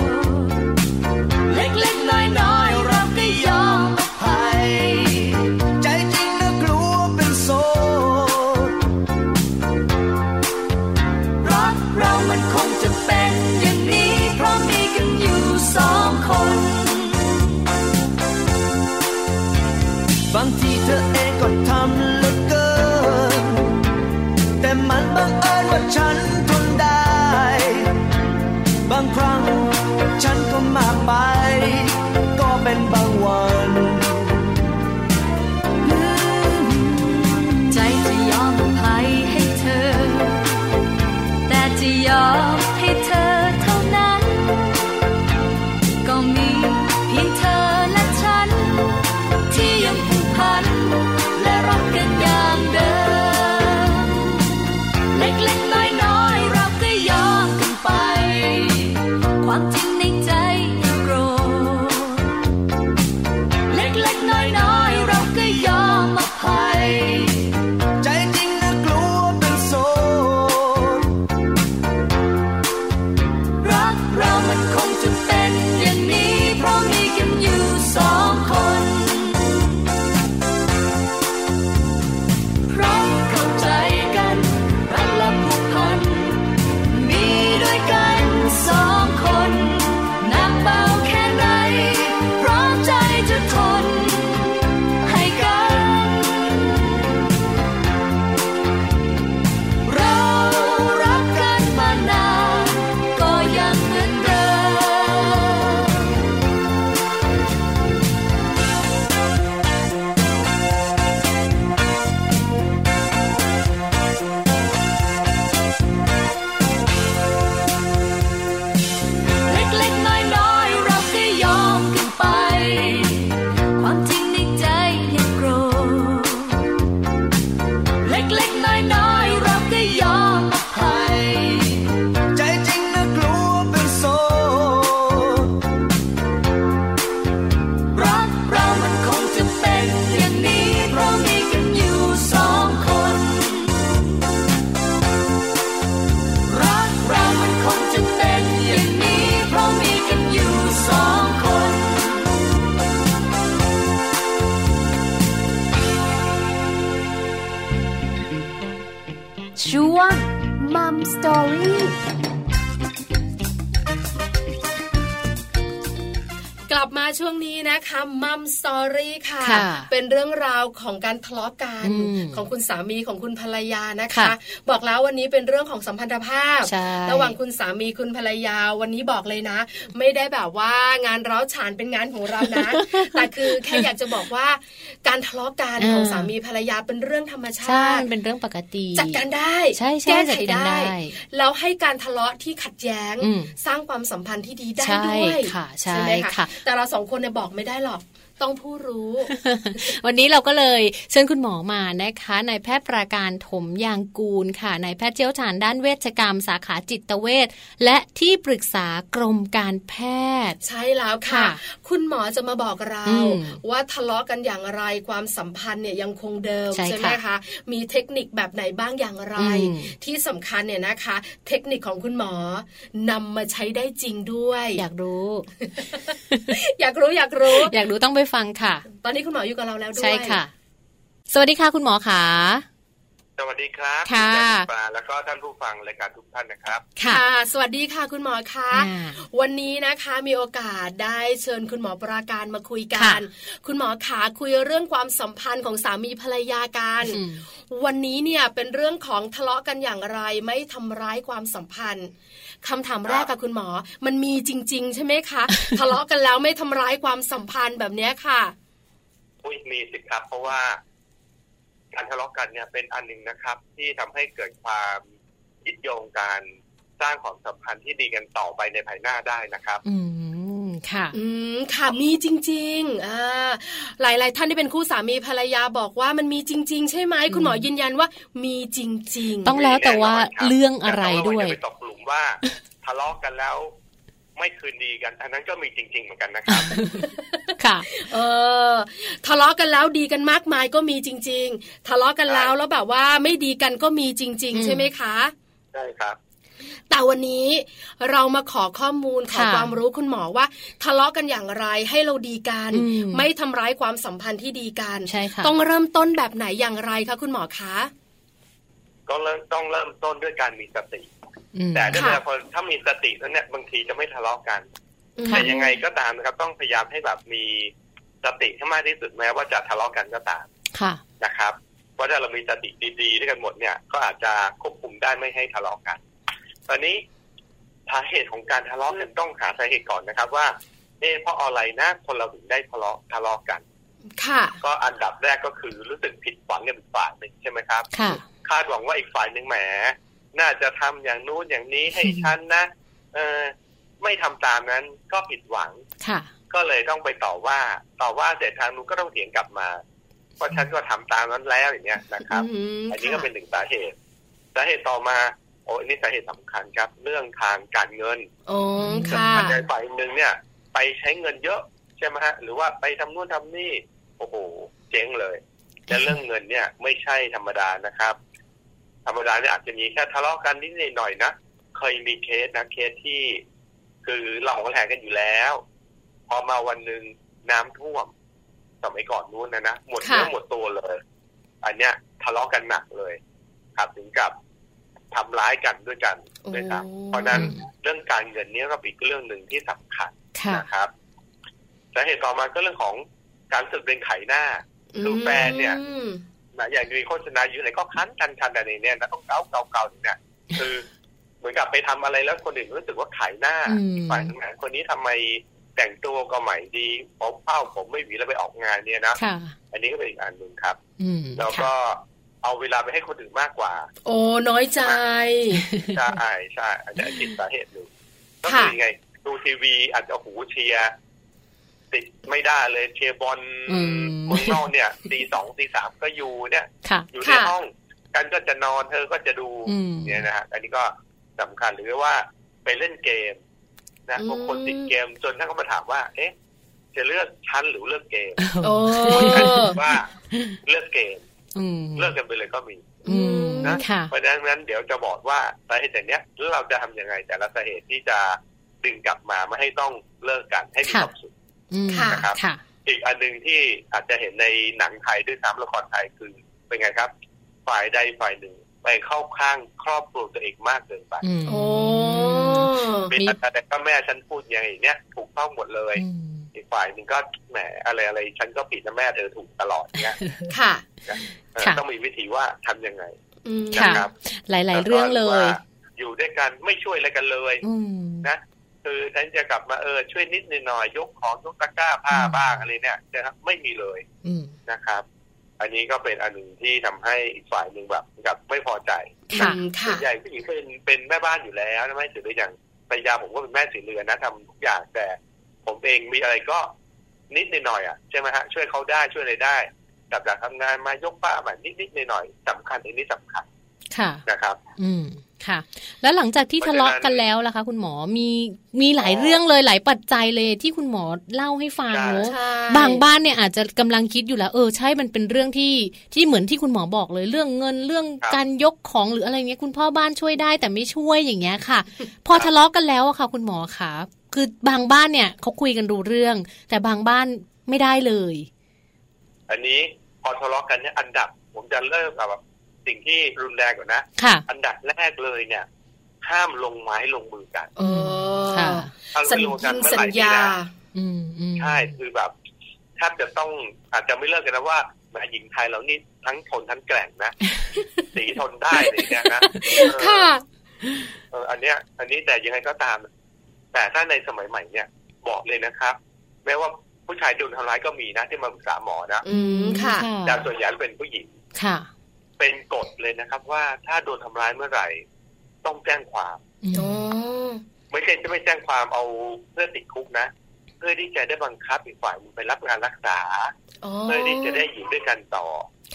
S2: ธ เล็กๆน้อยๆเราก็ยอมอภัย
S6: ใจจริงนะกลัวเป็นโสด
S2: รักเรามันคงจะเป็นอย่างนี้ เพราะมีกันอยู่สองคน
S6: บางทีเธอเองก็ทำเหลือเกิน แต่มันบังเอิญว่าฉันทนได้ บางครั้งฉันก็มากไป ก็เป็นบางวัน
S2: ใจจะยอมอภัยให้เธอ แต่จะยอมให้เธอเท่านั้น ก็มีเพียงเธอและฉัน ที่ยังผูกพัน และรักกันอย่างเดิม เล็กๆน้อยๆเราก็ยอมกันไป ความจริงในใจยังโกรธ เล็กๆน้อยๆเราก็ยอมอภัย
S6: ใจจริงนะกลัวเป็นโสด
S2: รักเรามันคงจะเป็นอย่างนี้ เพราะมีกันอยู
S7: Story
S5: กลับมาช่วงนี้นะคะมัมสอรี่ค่ะ
S4: ค่ะ
S5: เป็นเรื่องราวของการทะเลาะกัน
S4: อืม
S5: ของคุณสามีของคุณภรรยานะคะ
S4: ค่ะ
S5: บอกแล้ววันนี้เป็นเรื่องของสัมพันธภาพ
S4: ใช่
S5: ระหว่างคุณสามีคุณภรรยาวันนี้บอกเลยนะ ไม่ได้แบบว่างานร้าวฉานเป็นงานของเรา นะ แต่คือแค่อยากจะบอกว่า การทะเลาะกันของสามีภรรยาเป็นเรื่องธรรมช
S4: ใช่
S5: าติ
S4: มันเป็นเรื่องปกติ
S5: จัดการได้
S4: ใช่ใช่
S5: แก้ไข
S4: จัดการได้
S5: ได้ แล้วให้การทะเลาะที่ขัดแย้ง
S4: อืม
S5: สร้างความสัมพันธ์ที่ดีได้
S4: ใช่
S5: ด้วย
S4: ค่ะใช่
S5: ไหม
S4: ค่ะ
S5: แต่เราสองคนเนี่ยบอกไม่ได้หรอกต้องผู้รู้
S4: วันนี้เราก็เลยเชิญคุณหมอมานะคะนายแพทย์ประการถมยางกูลค่ะนายแพทย์เชี่ยวชาญด้านเวชกรรม สาขาจิตเวชและที่ปรึกษากรมการแพทย์
S5: ใช่แล้วค่ะ
S4: ค่ะ
S5: คุณหมอจะมาบอกเรา
S4: อืม
S5: ว่าทะเลาะกันอย่างไรความสัมพันธ์เนี่ยยังคงเดิม
S4: ใช่
S5: ไหม
S4: ค่ะ
S5: คะ มีเทคนิคแบบไหนบ้างอย่างไร
S4: อืม
S5: ที่สำคัญเนี่ยนะคะ เทคนิคของคุณหมอนำมาใช้ได้จริงด้วย
S4: อยากรู้
S5: อยากรู้อยากรู้
S4: อยากรู้ต้องไปฟังค่ะ
S5: ตอนนี้คุณหมออยู่กับเราแล้วด้วย
S4: ใช่ค่ะ สวัสดีค่ะคุณหมอขา
S8: สวัสดีครับ
S4: ค่ะ
S8: ณแม่ปลาแล้วก็ท่านผู้ฟังรายการทุกท่านนะครับ
S4: ค่ะ
S5: ค่ะสวัสดีค่ะคุณหมอคะ
S4: อ่า
S5: วันนี้นะคะมีโอกาสได้เชิญคุณหมอปราการมาคุยกั
S4: ค่ะ
S5: น คุณหมอขาคุยเรื่องความสัมพันธ์ของสามีภรรยากัน
S4: อืม
S5: วันนี้เนี่ยเป็นเรื่องของทะเลาะกันอย่างไรไม่ทำร้ายความสัมพันธ์คำถามแรกกับคุณหมอ มันมีจริง ๆ ใช่ไหมคะ ทะเลาะกันแล้วไม่ทำร้ายความสัมพันธ์แบบเนี้ยค่ะ
S8: อุ้ยมีสิครับ เพราะว่า การทะเลาะกันเนี่ยเป็นอันหนึ่งนะครับ ที่ทำให้เกิดความยึดโยงการสร้างความสัมพันธ์ที่ดีกันต่อไปในภายหน้าได้นะครับ
S4: อืม ค่ะ
S5: อืมค่ะมีจริงๆอ่าหลาย ๆ ท่านที่เป็นคู่สามีภรรยาบอกว่ามันมีจริง ๆ ใช่ไหมคุณหมอยืนยันว่า มีจริง ๆ
S4: ต้องแล้วแต่ว่า
S8: มีน่นนคบ
S4: เรื่องอะไรด้ว
S8: แต่าย จะไปตกหลุมว่า ทะเลาะกันแล้ว ไม่คืนดีกันอันนั้นก็มีจริง ๆ เหมือนกัน นะครับ
S4: ค่ะ
S5: เออทะเลาะกันแล้วดีกันมากมายก็มีจริง ๆ ทะเลาะกันแล้ว
S8: ใช่
S5: แล้วแบบว่าไม่ดีกันก็มีจริง
S4: อืม
S5: ๆ ใช่ไหมคะ
S8: ใช่ครับ
S5: แต่วันนี้เรามาขอข้อมูลขอ
S4: ค่ะ
S5: ความรู้คุณหมอว่า ทะเลาะกันอย่างไรให้เราดีกัน
S4: อืม
S5: ไม่ทำร้ายความสัมพันธ์ที่ดีกัน
S4: ใช่ค่ะ
S5: ต้องเริ่มต้นแบบไหนอย่างไรคะคุณหมอคะ
S8: ก็เริ่มต้องเริ่มต้นด้วยการมีสติ
S4: อืม
S8: แต่ถ้า
S5: ค่ะ
S8: เราคนถ้ามีสติแล้วเนี่ยบางทีจะไม่ทะเลาะกัน
S4: ค่ะ
S8: แต่ยังไงก็ตามนะครับ ต้องพยายามให้แบบมีสติให้มากที่สุดแม้ว่าจะทะเลาะกันก็ตาม
S4: ค่ะ
S8: นะครับเพราะถ้าเรามีสติดีๆด้วยกันหมดเนี่ย ก็อาจจะควบคุมได้ไม่ให้ทะเลาะกัน ตอนนี้สาเหตุของการทะเลาะกันต้องหาสาเหตุก่อนนะครับ ว่าเอ๊ะเพราะอะไรนะคนเราถึงได้ทะเลาะทะเลาะกัน
S5: ค่ะ
S8: ก็อันดับแรกก็คือรู้สึกผิดหวังกับอีกฝ่ายหนึ่งใช่ไหมครับ
S4: ค่ะ
S8: คาดหวังว่าอีกฝ่ายหนึ่งแหม น่าจะทำอย่างนู้นอย่างนี้ให้ฉันนะ เออไม่ทำตามนั้นก็ผิดหวัง
S4: ค่ะ
S8: ก็เลยต้องไปต่อว่า ต่อว่าเสร็จทางนู้นก็ต้องเถียงกลับมาเพราะฉันก็ทำตามนั้นแล้วอย่างเงี้ยนะครับ
S5: อืม
S8: อันนี้ก็
S5: ค่ะ
S8: เป็นหนึ่งสาเหตุ สาเหตุต่อมา โอ้อันนี้สาเหตุสำคัญครับ เรื่องทางการเงิน
S5: อ๋อค่ะ
S8: อาจจะฝ่ายหนึ่งเนี่ย ไปใช้เงินเยอะใช่ไหมฮะหรือว่าไปทำนู่นทำนี่โอ้โหเจ๊งเลยแต่เรื่องเงินเนี่ย ไม่ใช่ธรรมดานะครับ ธรรมดาเนี่ยอาจจะมีแค่ทะเลาะกันนิดหน่อยๆนะเคยมีเคสนะเคสที่ คือเราก็แหงกันอยู่แล้ว พอมาวันหนึ่งน้ำท่วม สมัยก่อนนู้นนะนะหมดเนื้อหมดตัวเลย อันเนี้ยทะเลาะกันหนักเลย ครับถึงกับทำร้ายกันด้วยกันด้วยซ้ำเพราะฉะนั้นเรื่องการเงินเนี้ยก็เป็นอีกเรื่องหนึ่งที่สำคัญ
S4: ค่ะ
S8: นะครับสาเหตุต่อมาก็เรื่องของการสึกเป็นไขหน้า ดูแฟนเนี่ย
S5: อืม
S8: นะอย่างมีโฆษณาอยู่ไหนก็คันคันคันแต่ในเนี่ยนะต้องเก่าเก่าเก่าเนี่ย คือเหมือนกับไปทำอะไรแล้วคนอื่นรู้สึกว่าขายหน้า
S4: อืม
S8: อีกฝ่ายหนึ่งแหมคนนี้ทำไมแต่งตัวก็ใหม่ดีผมเผ้าผมไม่หวีแล้วไปออกงานเนี่ยนะ
S4: ค่ะ
S8: อันนี้ก็เป็นอีกอันหนึ่งครับ
S4: อืม
S8: แล้ว
S4: ค่ะ
S8: ก็เอาเวลาไปให้คนอื่นมากกว่า
S5: โอ้น้อยใจ
S8: ใช่ใช่อาจจะติดสาเหตุหนึ่งก็คือยังไง ดูทีวีอาจจะหูเชียร์ติดไม่ได้เลยเชียร์บอล
S4: อืม
S8: เมืองนอกเนี่ยตีสองตีสามก็อยู่เนี่ย
S4: ค่ะ
S8: อยู่ใน
S5: ค่ะ
S8: ห้องกันก็จะนอนเธอก็จะดู
S4: อืม
S8: เนี่ยนะฮะอันนี้ก็สำคัญหรือว่าไปเล่นเกมนะ
S5: อืม
S8: บางคนติดเกมจนท่านก็มาถามว่า เอ๊ะ จะเลือกชั้นหรือเลือกเกม
S5: โอ้
S8: ท่านคิดว่าเลือกเกม
S4: อืม
S8: เลือกกันไปเลยก็มี
S4: อืม
S8: นะ
S4: ค่ะ
S8: เพราะฉะนั้นเดี๋ยวจะบอกว่าสาเหตุอย่างเนี้ยแล้วเราจะทำยังไง แต่ละสาเหตุที่จะดึงกลับมาไม่ให้ต้องเลิกกันให้มี
S4: ค่ะ
S8: ความสุข
S4: อืม
S5: ค่ะ
S8: นะครับ
S4: ค่ะ
S8: อีกอันหนึ่งที่อาจจะเห็นในหนังไทยด้วยซ้ำละครไทยคือเป็นไงครับ ฝ่ายใดฝ่ายหนึ่ง ไปเข้าข้างครอบครัวตัวเองมากเกินไป
S4: อืม
S5: โอ้
S4: มี
S8: เป็นอะไรก็แม่ฉันพูดอย่างอย่างเนี้ยถูกต้องหมดเลย
S4: อืม
S8: อีกฝ่ายหนึ่งก็แหมอะไรอะไรฉันก็ผิดนะแม่เธอถูกตลอดเนี้ย
S5: ค่ะ
S8: เออ
S4: ค่ะ
S8: ต้องมีวิธีว่าทำยังไง
S5: อืม
S8: นะ
S4: ค่ะ
S8: ครับ
S4: หลาย ๆ เรื่องเล
S8: แวย ก็ว่าอยู่ด้วยกันไม่ช่วยอะไรกันเลย
S4: อืม
S8: นะคือฉันจะกลับมาเออช่วยนิดนิดหน่อยๆยกของยกตะกร้าผ้า
S4: อืม
S8: บ้างอะไรเนี่ยนะครับไม่มีเลย
S4: อืม
S8: นะครับ อันนี้ก็เป็นอันหนึ่งที่ทำให้อีกฝ่ายหนึ่งแบบเหมือนกับไม่พอใจ
S4: ค่ะ
S5: อืม
S8: ส่
S5: ค่ะ
S8: วนใหญ่ผู้หญิงเป็นเป็นแม่บ้านอยู่แล้วนะแม่สื่อเรือนอย่างภรรยาผมก็เป็นแม่สื่อเรือนนะทำทุกอย่างแต่ ผมเองมีอะไรก็นิดนิดหน่อยๆอ่ะใช่ไหมฮะช่วยเขาได้ช่วยอะไรได้กลับจากทำงานมายกป้ามานิดนิดหน่อยหน่อยๆสำคัญอันนี้สำคัญ
S4: ค่ะ
S8: นะครับ
S4: อืม ค่ะ แล้วหลังจากที่
S8: เพ
S4: ทะ
S8: ราะฉะนั้น
S4: เลาะกันแล้วล่ะคะ คุณหมอมีมีหลายเรื่องเลยหลายปัจจัยเลยที่คุณหมอเล่าให้ฟังเนอะ
S5: ใช่
S4: บางบ้านเนี่ยอาจจะกำลังคิดอยู่แล้ว เออใช่มันเป็นเรื่องที่ที่เหมือนที่คุณหมอบอกเลยเรื่องเงินเรื่องการยกของหรืออะไรเงี้ยคุณพ่อบ้านช่วยได้แต่ไม่ช่วยอย่างเงี้ยค่ะ พอทะเลาะกันแล้วอะค่ะ คุณหมอคะคือบางบ้านเนี่ยเขาคุยกันรู้เรื่อง แต่บางบ้านไม่ได้เลย
S8: อันนี้พอทะเลาะกันเนี่ยอันดับ ผมจะเริ่มกับแบบสิ่งที่รุนแรงก่อนนะ
S4: ค่ะ
S8: อันดับแรกเลยเนี่ย ห้ามลงไม้ลงมือกัน
S5: อ๋อ
S4: ค่ะ
S8: ถ้า
S5: สัญ
S8: ลง
S5: ญิงสัญญา
S8: นะ
S4: อืมอืม
S8: ใช่คือแบบแทบจะต้องอาจจะไม่เลิกกันนะว่าแหมหญิงไทยเรานี่ทั้งทนทั้งแกร่ง นะ สีทนได้อะไรอย่างเงี้ยนะ
S5: ค่ะ
S8: เอออันเนี้ย อันนี้แต่ยังไงก็ตาม แต่ถ้าในสมัยใหม่เนี่ย บอกเลยนะครับ แม้ว่าผู้ชายโดนทำร้ายก็มีนะที่มาปรึกษาหมอนะ
S5: อืมค่ะ
S8: แต่ส่วนใหญ่เป็นผู้หญิง
S4: ค่ะ
S8: เป็นกฎเลยนะครับว่าถ้าโดนทำร้ายเมื่อไหร่ ต้องแจ้งความ
S4: อืม
S5: อ๋อ
S8: ไม่ใช่จะไม่แจ้งความเอาเพื่อติดคุกนะ เพื่อที่จะได้บังคับอีกฝ่ายหนึ่งไปรับการรักษา
S5: อ๋อ
S8: เพื่อที่จะได้อยู่ด้วยกันต่อ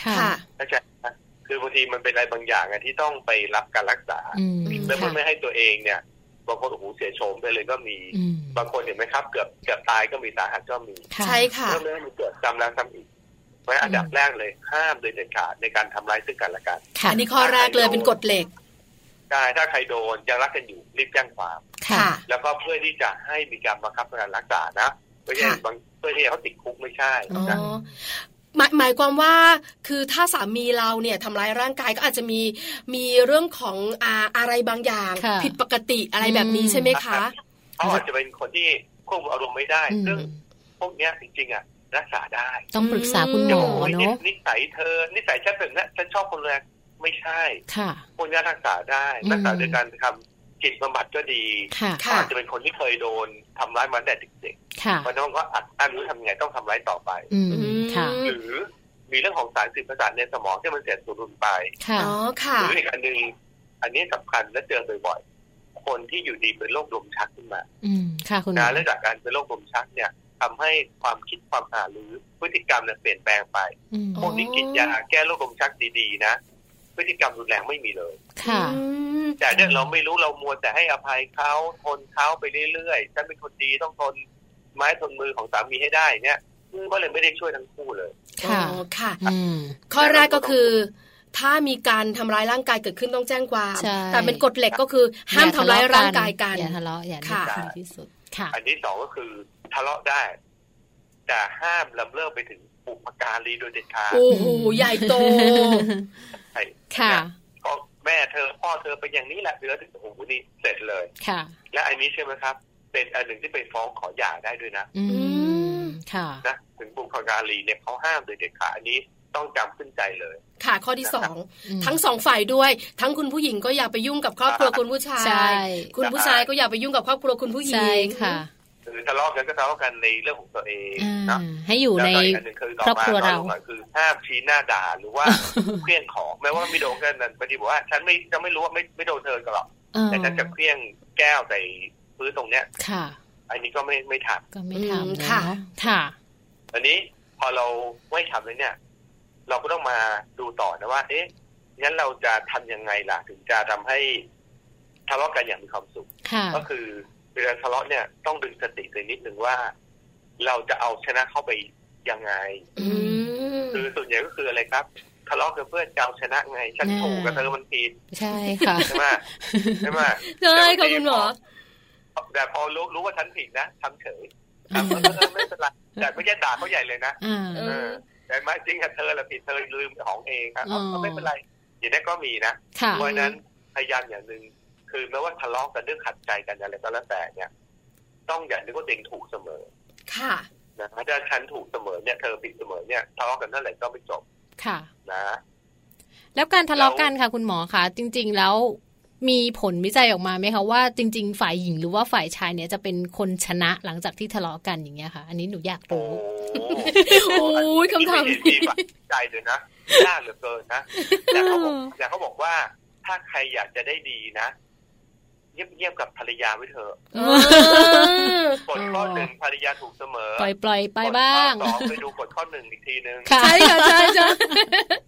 S4: ค่ะ
S5: ค่ะ
S8: เข้าใจนะคือบางทีมันเป็นอะไรบางอย่างอะที่ต้องไปรับการรักษา
S4: อืม
S8: และเพื่อ
S5: ค่ะ
S8: ไม่ให้ตัวเองเนี่ยบางคนโอ้โหเสียโฉมไปเลยก็มี
S4: อืม
S8: บางคนเห็นไหมครับ เกือบเกือบตายก็มีสาหัสก็มี
S4: ค่ะ
S5: ใช่ค่ะ
S8: เพื่อไม่ให้มันเกิดจำแล้วซ้ำอีกเพราะฉะนั้นอันดับแรกเลยห้ามโดยเด็ดขาดในการทำร้ายซึ่งกันและกัน
S4: ค่ะ
S5: อันนี้ข้อแรกเลยเป็นกฎเหล็ก
S8: ได้ถ้าใครโดนยังรักกันอยู่รีบแจ้งความ
S4: ค่ะ
S8: แล้วก็เพื่อที่จะให้มีการบังคับการรักษานะไม่ใช่
S5: ค่ะ
S8: บังเพื่อที่จะเขาติดคุกไม่ใช่
S5: อ๋อ
S8: นะ
S5: หมายหมายความว่าคือถ้าสามีเราเนี่ยทำร้ายร่างกายก็อาจจะมีมีเรื่องของอาอะไรบางอย่าง
S4: ค่ะ
S5: ผิดปกติอะไรแบบนี้
S4: อืม
S5: ใช่ไหมคะ
S8: เขาอาจจะเป็นคนที่ควบคุมอารมณ์ไม่ได้
S4: อืม
S8: ซึ่งพวกเนี้ยจริงๆอ่ะรักษาได้
S4: ต้องปรึกษาคุณหม
S8: จะ
S4: อ
S8: บอกว่านิ
S4: เนาะ
S8: นิสัยเธอ นิสัยฉันเป็นแบบนะฉันชอบคนแรกไม่ใช่
S4: ค่ะ
S8: พวกเนี้ยรักษาได้
S4: อืม
S8: รักษาโดยการทำจิตบำบัดก็ดี
S4: ค่ะ
S5: ค่ะ
S8: อาจจะเป็นคนที่เคยโดนทำร้ายมาตั้งแต่เด็ก
S4: ค่ะ
S8: ๆเพราะฉะนั้นก็อัดอั้นรู้ทำยังไงต้องทำร้ายต่อไป
S4: อืม ค่ะ
S8: หรือมีเรื่องของสารสื่อประสาทในสมองที่มันเสียสมดุลไป
S4: ค่ะ
S5: อ๋อค่ะ
S8: หรืออีกอันหนึ่งอันนี้สำคัญและเจอบ่อยๆ คนที่อยู่ดีเป็นโรคลมชักขึ้นมา
S4: อืม ค่ะคุณหมอ
S8: นะและจากการเป็นโรคลมชักเนี่ยทำให้ความคิดความอ่านหรือพฤติกรรมเนี่ยเปลี่ยนแปลงไป
S4: อืม
S5: อ๋
S8: พ
S5: อ
S8: วกนี้กินยาแก้โรคลมชักดีๆนะ พฤติกรรมรุนแรงไม่มีเลย
S4: ค่ะ
S5: อืม
S8: แต่เนี่ยเราไม่รู้เรามัวแต่ให้อภัยเขาทนเขาไปเรื่อยๆฉันเป็นคนดีต้องทนไม้ทนมือของสามีให้ได้เนี่ยก็เลยไม่ได้ช่วยทั้งคู่เลย
S5: อ๋
S4: ค่ะ
S5: อค่ะ
S4: อืม
S5: ข้อแรกก็คือ ถ้ามีการทำร้ายร่างกายเกิดขึ้นต้องแจ้งความ
S4: ใช่
S5: แต่เป็นกฎเหล็กก็คือห้ามทำร้ายร่างกายกัน
S4: อย่าทะเลาะอย่า
S5: ค่ะ
S4: ทะเลาะที่สุด ค่ะ
S8: อันที่สองก็คือทะเลาะได้ แต่ห้ามลำเลิกไปถึงบุพการีโดยเด็ดขาด
S5: โอ้โหใหญ่ โต
S8: ใช่
S4: ค่ะ
S8: ก็แม่เธอพ่อเธอไปนอย่างนี้แหละเธอถึงโอ้โหนี่เสร็จเลย
S4: ค่ะ
S8: และอันนี้ใช่ไหมครับ เป็นอันหนึ่งที่ไปฟ้องขอหย่าได้ด้วยนะ
S4: อืม ค่ะ
S8: นะถึงบุพการีเนี่ยเขาห้ามโดยเด็ดขาดอันนี้ต้องจำขึ้นใจเลย
S5: ค่ะ ข้อที่สองทั้งสองฝ่ายด้วย ทั้งคุณผู้หญิงก็อย่าไปยุ่งกับครอบครัวคุณผู้ชา
S4: ใช่
S5: ย คุณผู้ชายก็อย่าไปยุ่งกับครอบครัวคุณผู้หญิ
S4: ใช่
S5: ง
S4: ค่ะ
S8: คือทะเลาะกันก็ทะเลาะกันในเรื่องของตัวเอง
S4: อ่า
S8: นะ
S4: ให้อยู่ใน
S8: แล้วก็กอันหนึ่งคือต่อ
S4: ครอบ
S8: มา
S4: ครัว
S8: ตอน
S4: เรา
S8: ลงหลังคือห้ามชี้หน้าด่าหรือว่า เครื่องของแม้ว่าไม่โดนกันนั้นบางทีบอกว่า ฉันไม่จะไม่รู้ว่าไม่ไม่โดนเธอหรอก
S4: เอ่อ
S8: แต่ฉันจะเครื่องแก้วใส่พื้นตรงเนี้ย
S4: ค่ะ
S8: อันนี้ก็ไม่ไม่ท
S4: ก็ไม่
S5: อืม
S4: ทำนะ
S5: ค่ะ
S4: ค่ะ
S8: ำอันนี้พอเราไม่ทำแล้วเนี่ย เราก็ต้องมาดูต่อนะว่า เอ๊ะงั้นเราจะทำยังไงล่ะ ถึงจะทำให้ทะเลาะกันอย่างมีความสุข
S4: ค่ะ
S8: ก็คือเวลาทะเลาะเนี่ยต้องดึงสติตัวเองนิดนึงว่า เราจะเอาชนะเข้าไปยังไง
S5: อืม
S8: คือส่วนใหญ่ก็คืออะไรครับทะเลาะกันเพื่อจะเอาชนะไงฉัน
S4: อ่า
S8: ถูกกับเธอมันผิด
S4: ใช่ค่ะ
S8: ใช่ไหมใช่ไหม
S5: ใช่ค่ะคุณหมอ
S8: แต่พอรู้รู้ว่าฉันผิดนะทำเฉยทำเออเออไม่เป็นไรแต่ไม่ใช่ด่าเขาใหญ่เลยนะ
S4: อ่า
S5: เออ
S8: เออแต่ไม่จริงอะเธอละผิดเธอลืมของเองครับ
S4: อ๋อ
S8: ไม่เป็นไร อย่างนี้ก็มีนะ
S4: ค่ะ
S8: เพราะฉะนั้นพยายามอย่างหนึ่งคือไม่ว่าทะเลาะกันเรื่องขัดใจกันอะไรก็แล้วแต่เนี่ย ต้องอย่านึกว่าตัวเองถูกเสมอ
S5: ค่ะ
S8: นะถ้าฉันถูกเสมอเนี่ยเธอผิดเสมอเนี่ยทะเลาะกันเท่าไหร่ก็ไม่จบ
S4: ค่ะ
S8: นะ
S4: แล้วการทะเลาะกันค่ะคุณหมอคะจริง ๆ แล้วมีผลวิจัยออกมาไหมคะว่าจริง ๆ ฝ่ายหญิงหรือว่าฝ่ายชายเนี่ยจะเป็นคนชนะหลังจากที่ทะเลาะกันอย่างเงี้ยค่ะ อันนี้หนูอยาก
S8: โอ้
S4: รู้
S5: โอ้ยคำถาม
S8: ดีดีดีใจเลยนะยากเหลือเกินนะแต่เขาบอกแต่เขาบอกว่าถ้าใครอยากจะได้ดีนะเงียบๆกับภรรยาไว้เถอะ
S5: เออก
S8: ดข้อหนึ่งภรรยาถูกเสมอ
S4: ปล่อยปล่อยไปบ้าง
S8: กดข้อสองไปดูกดข้อหนึ่งอีกทีนึง
S4: ค่ะ
S5: ใช่ค่ะใช่ใช่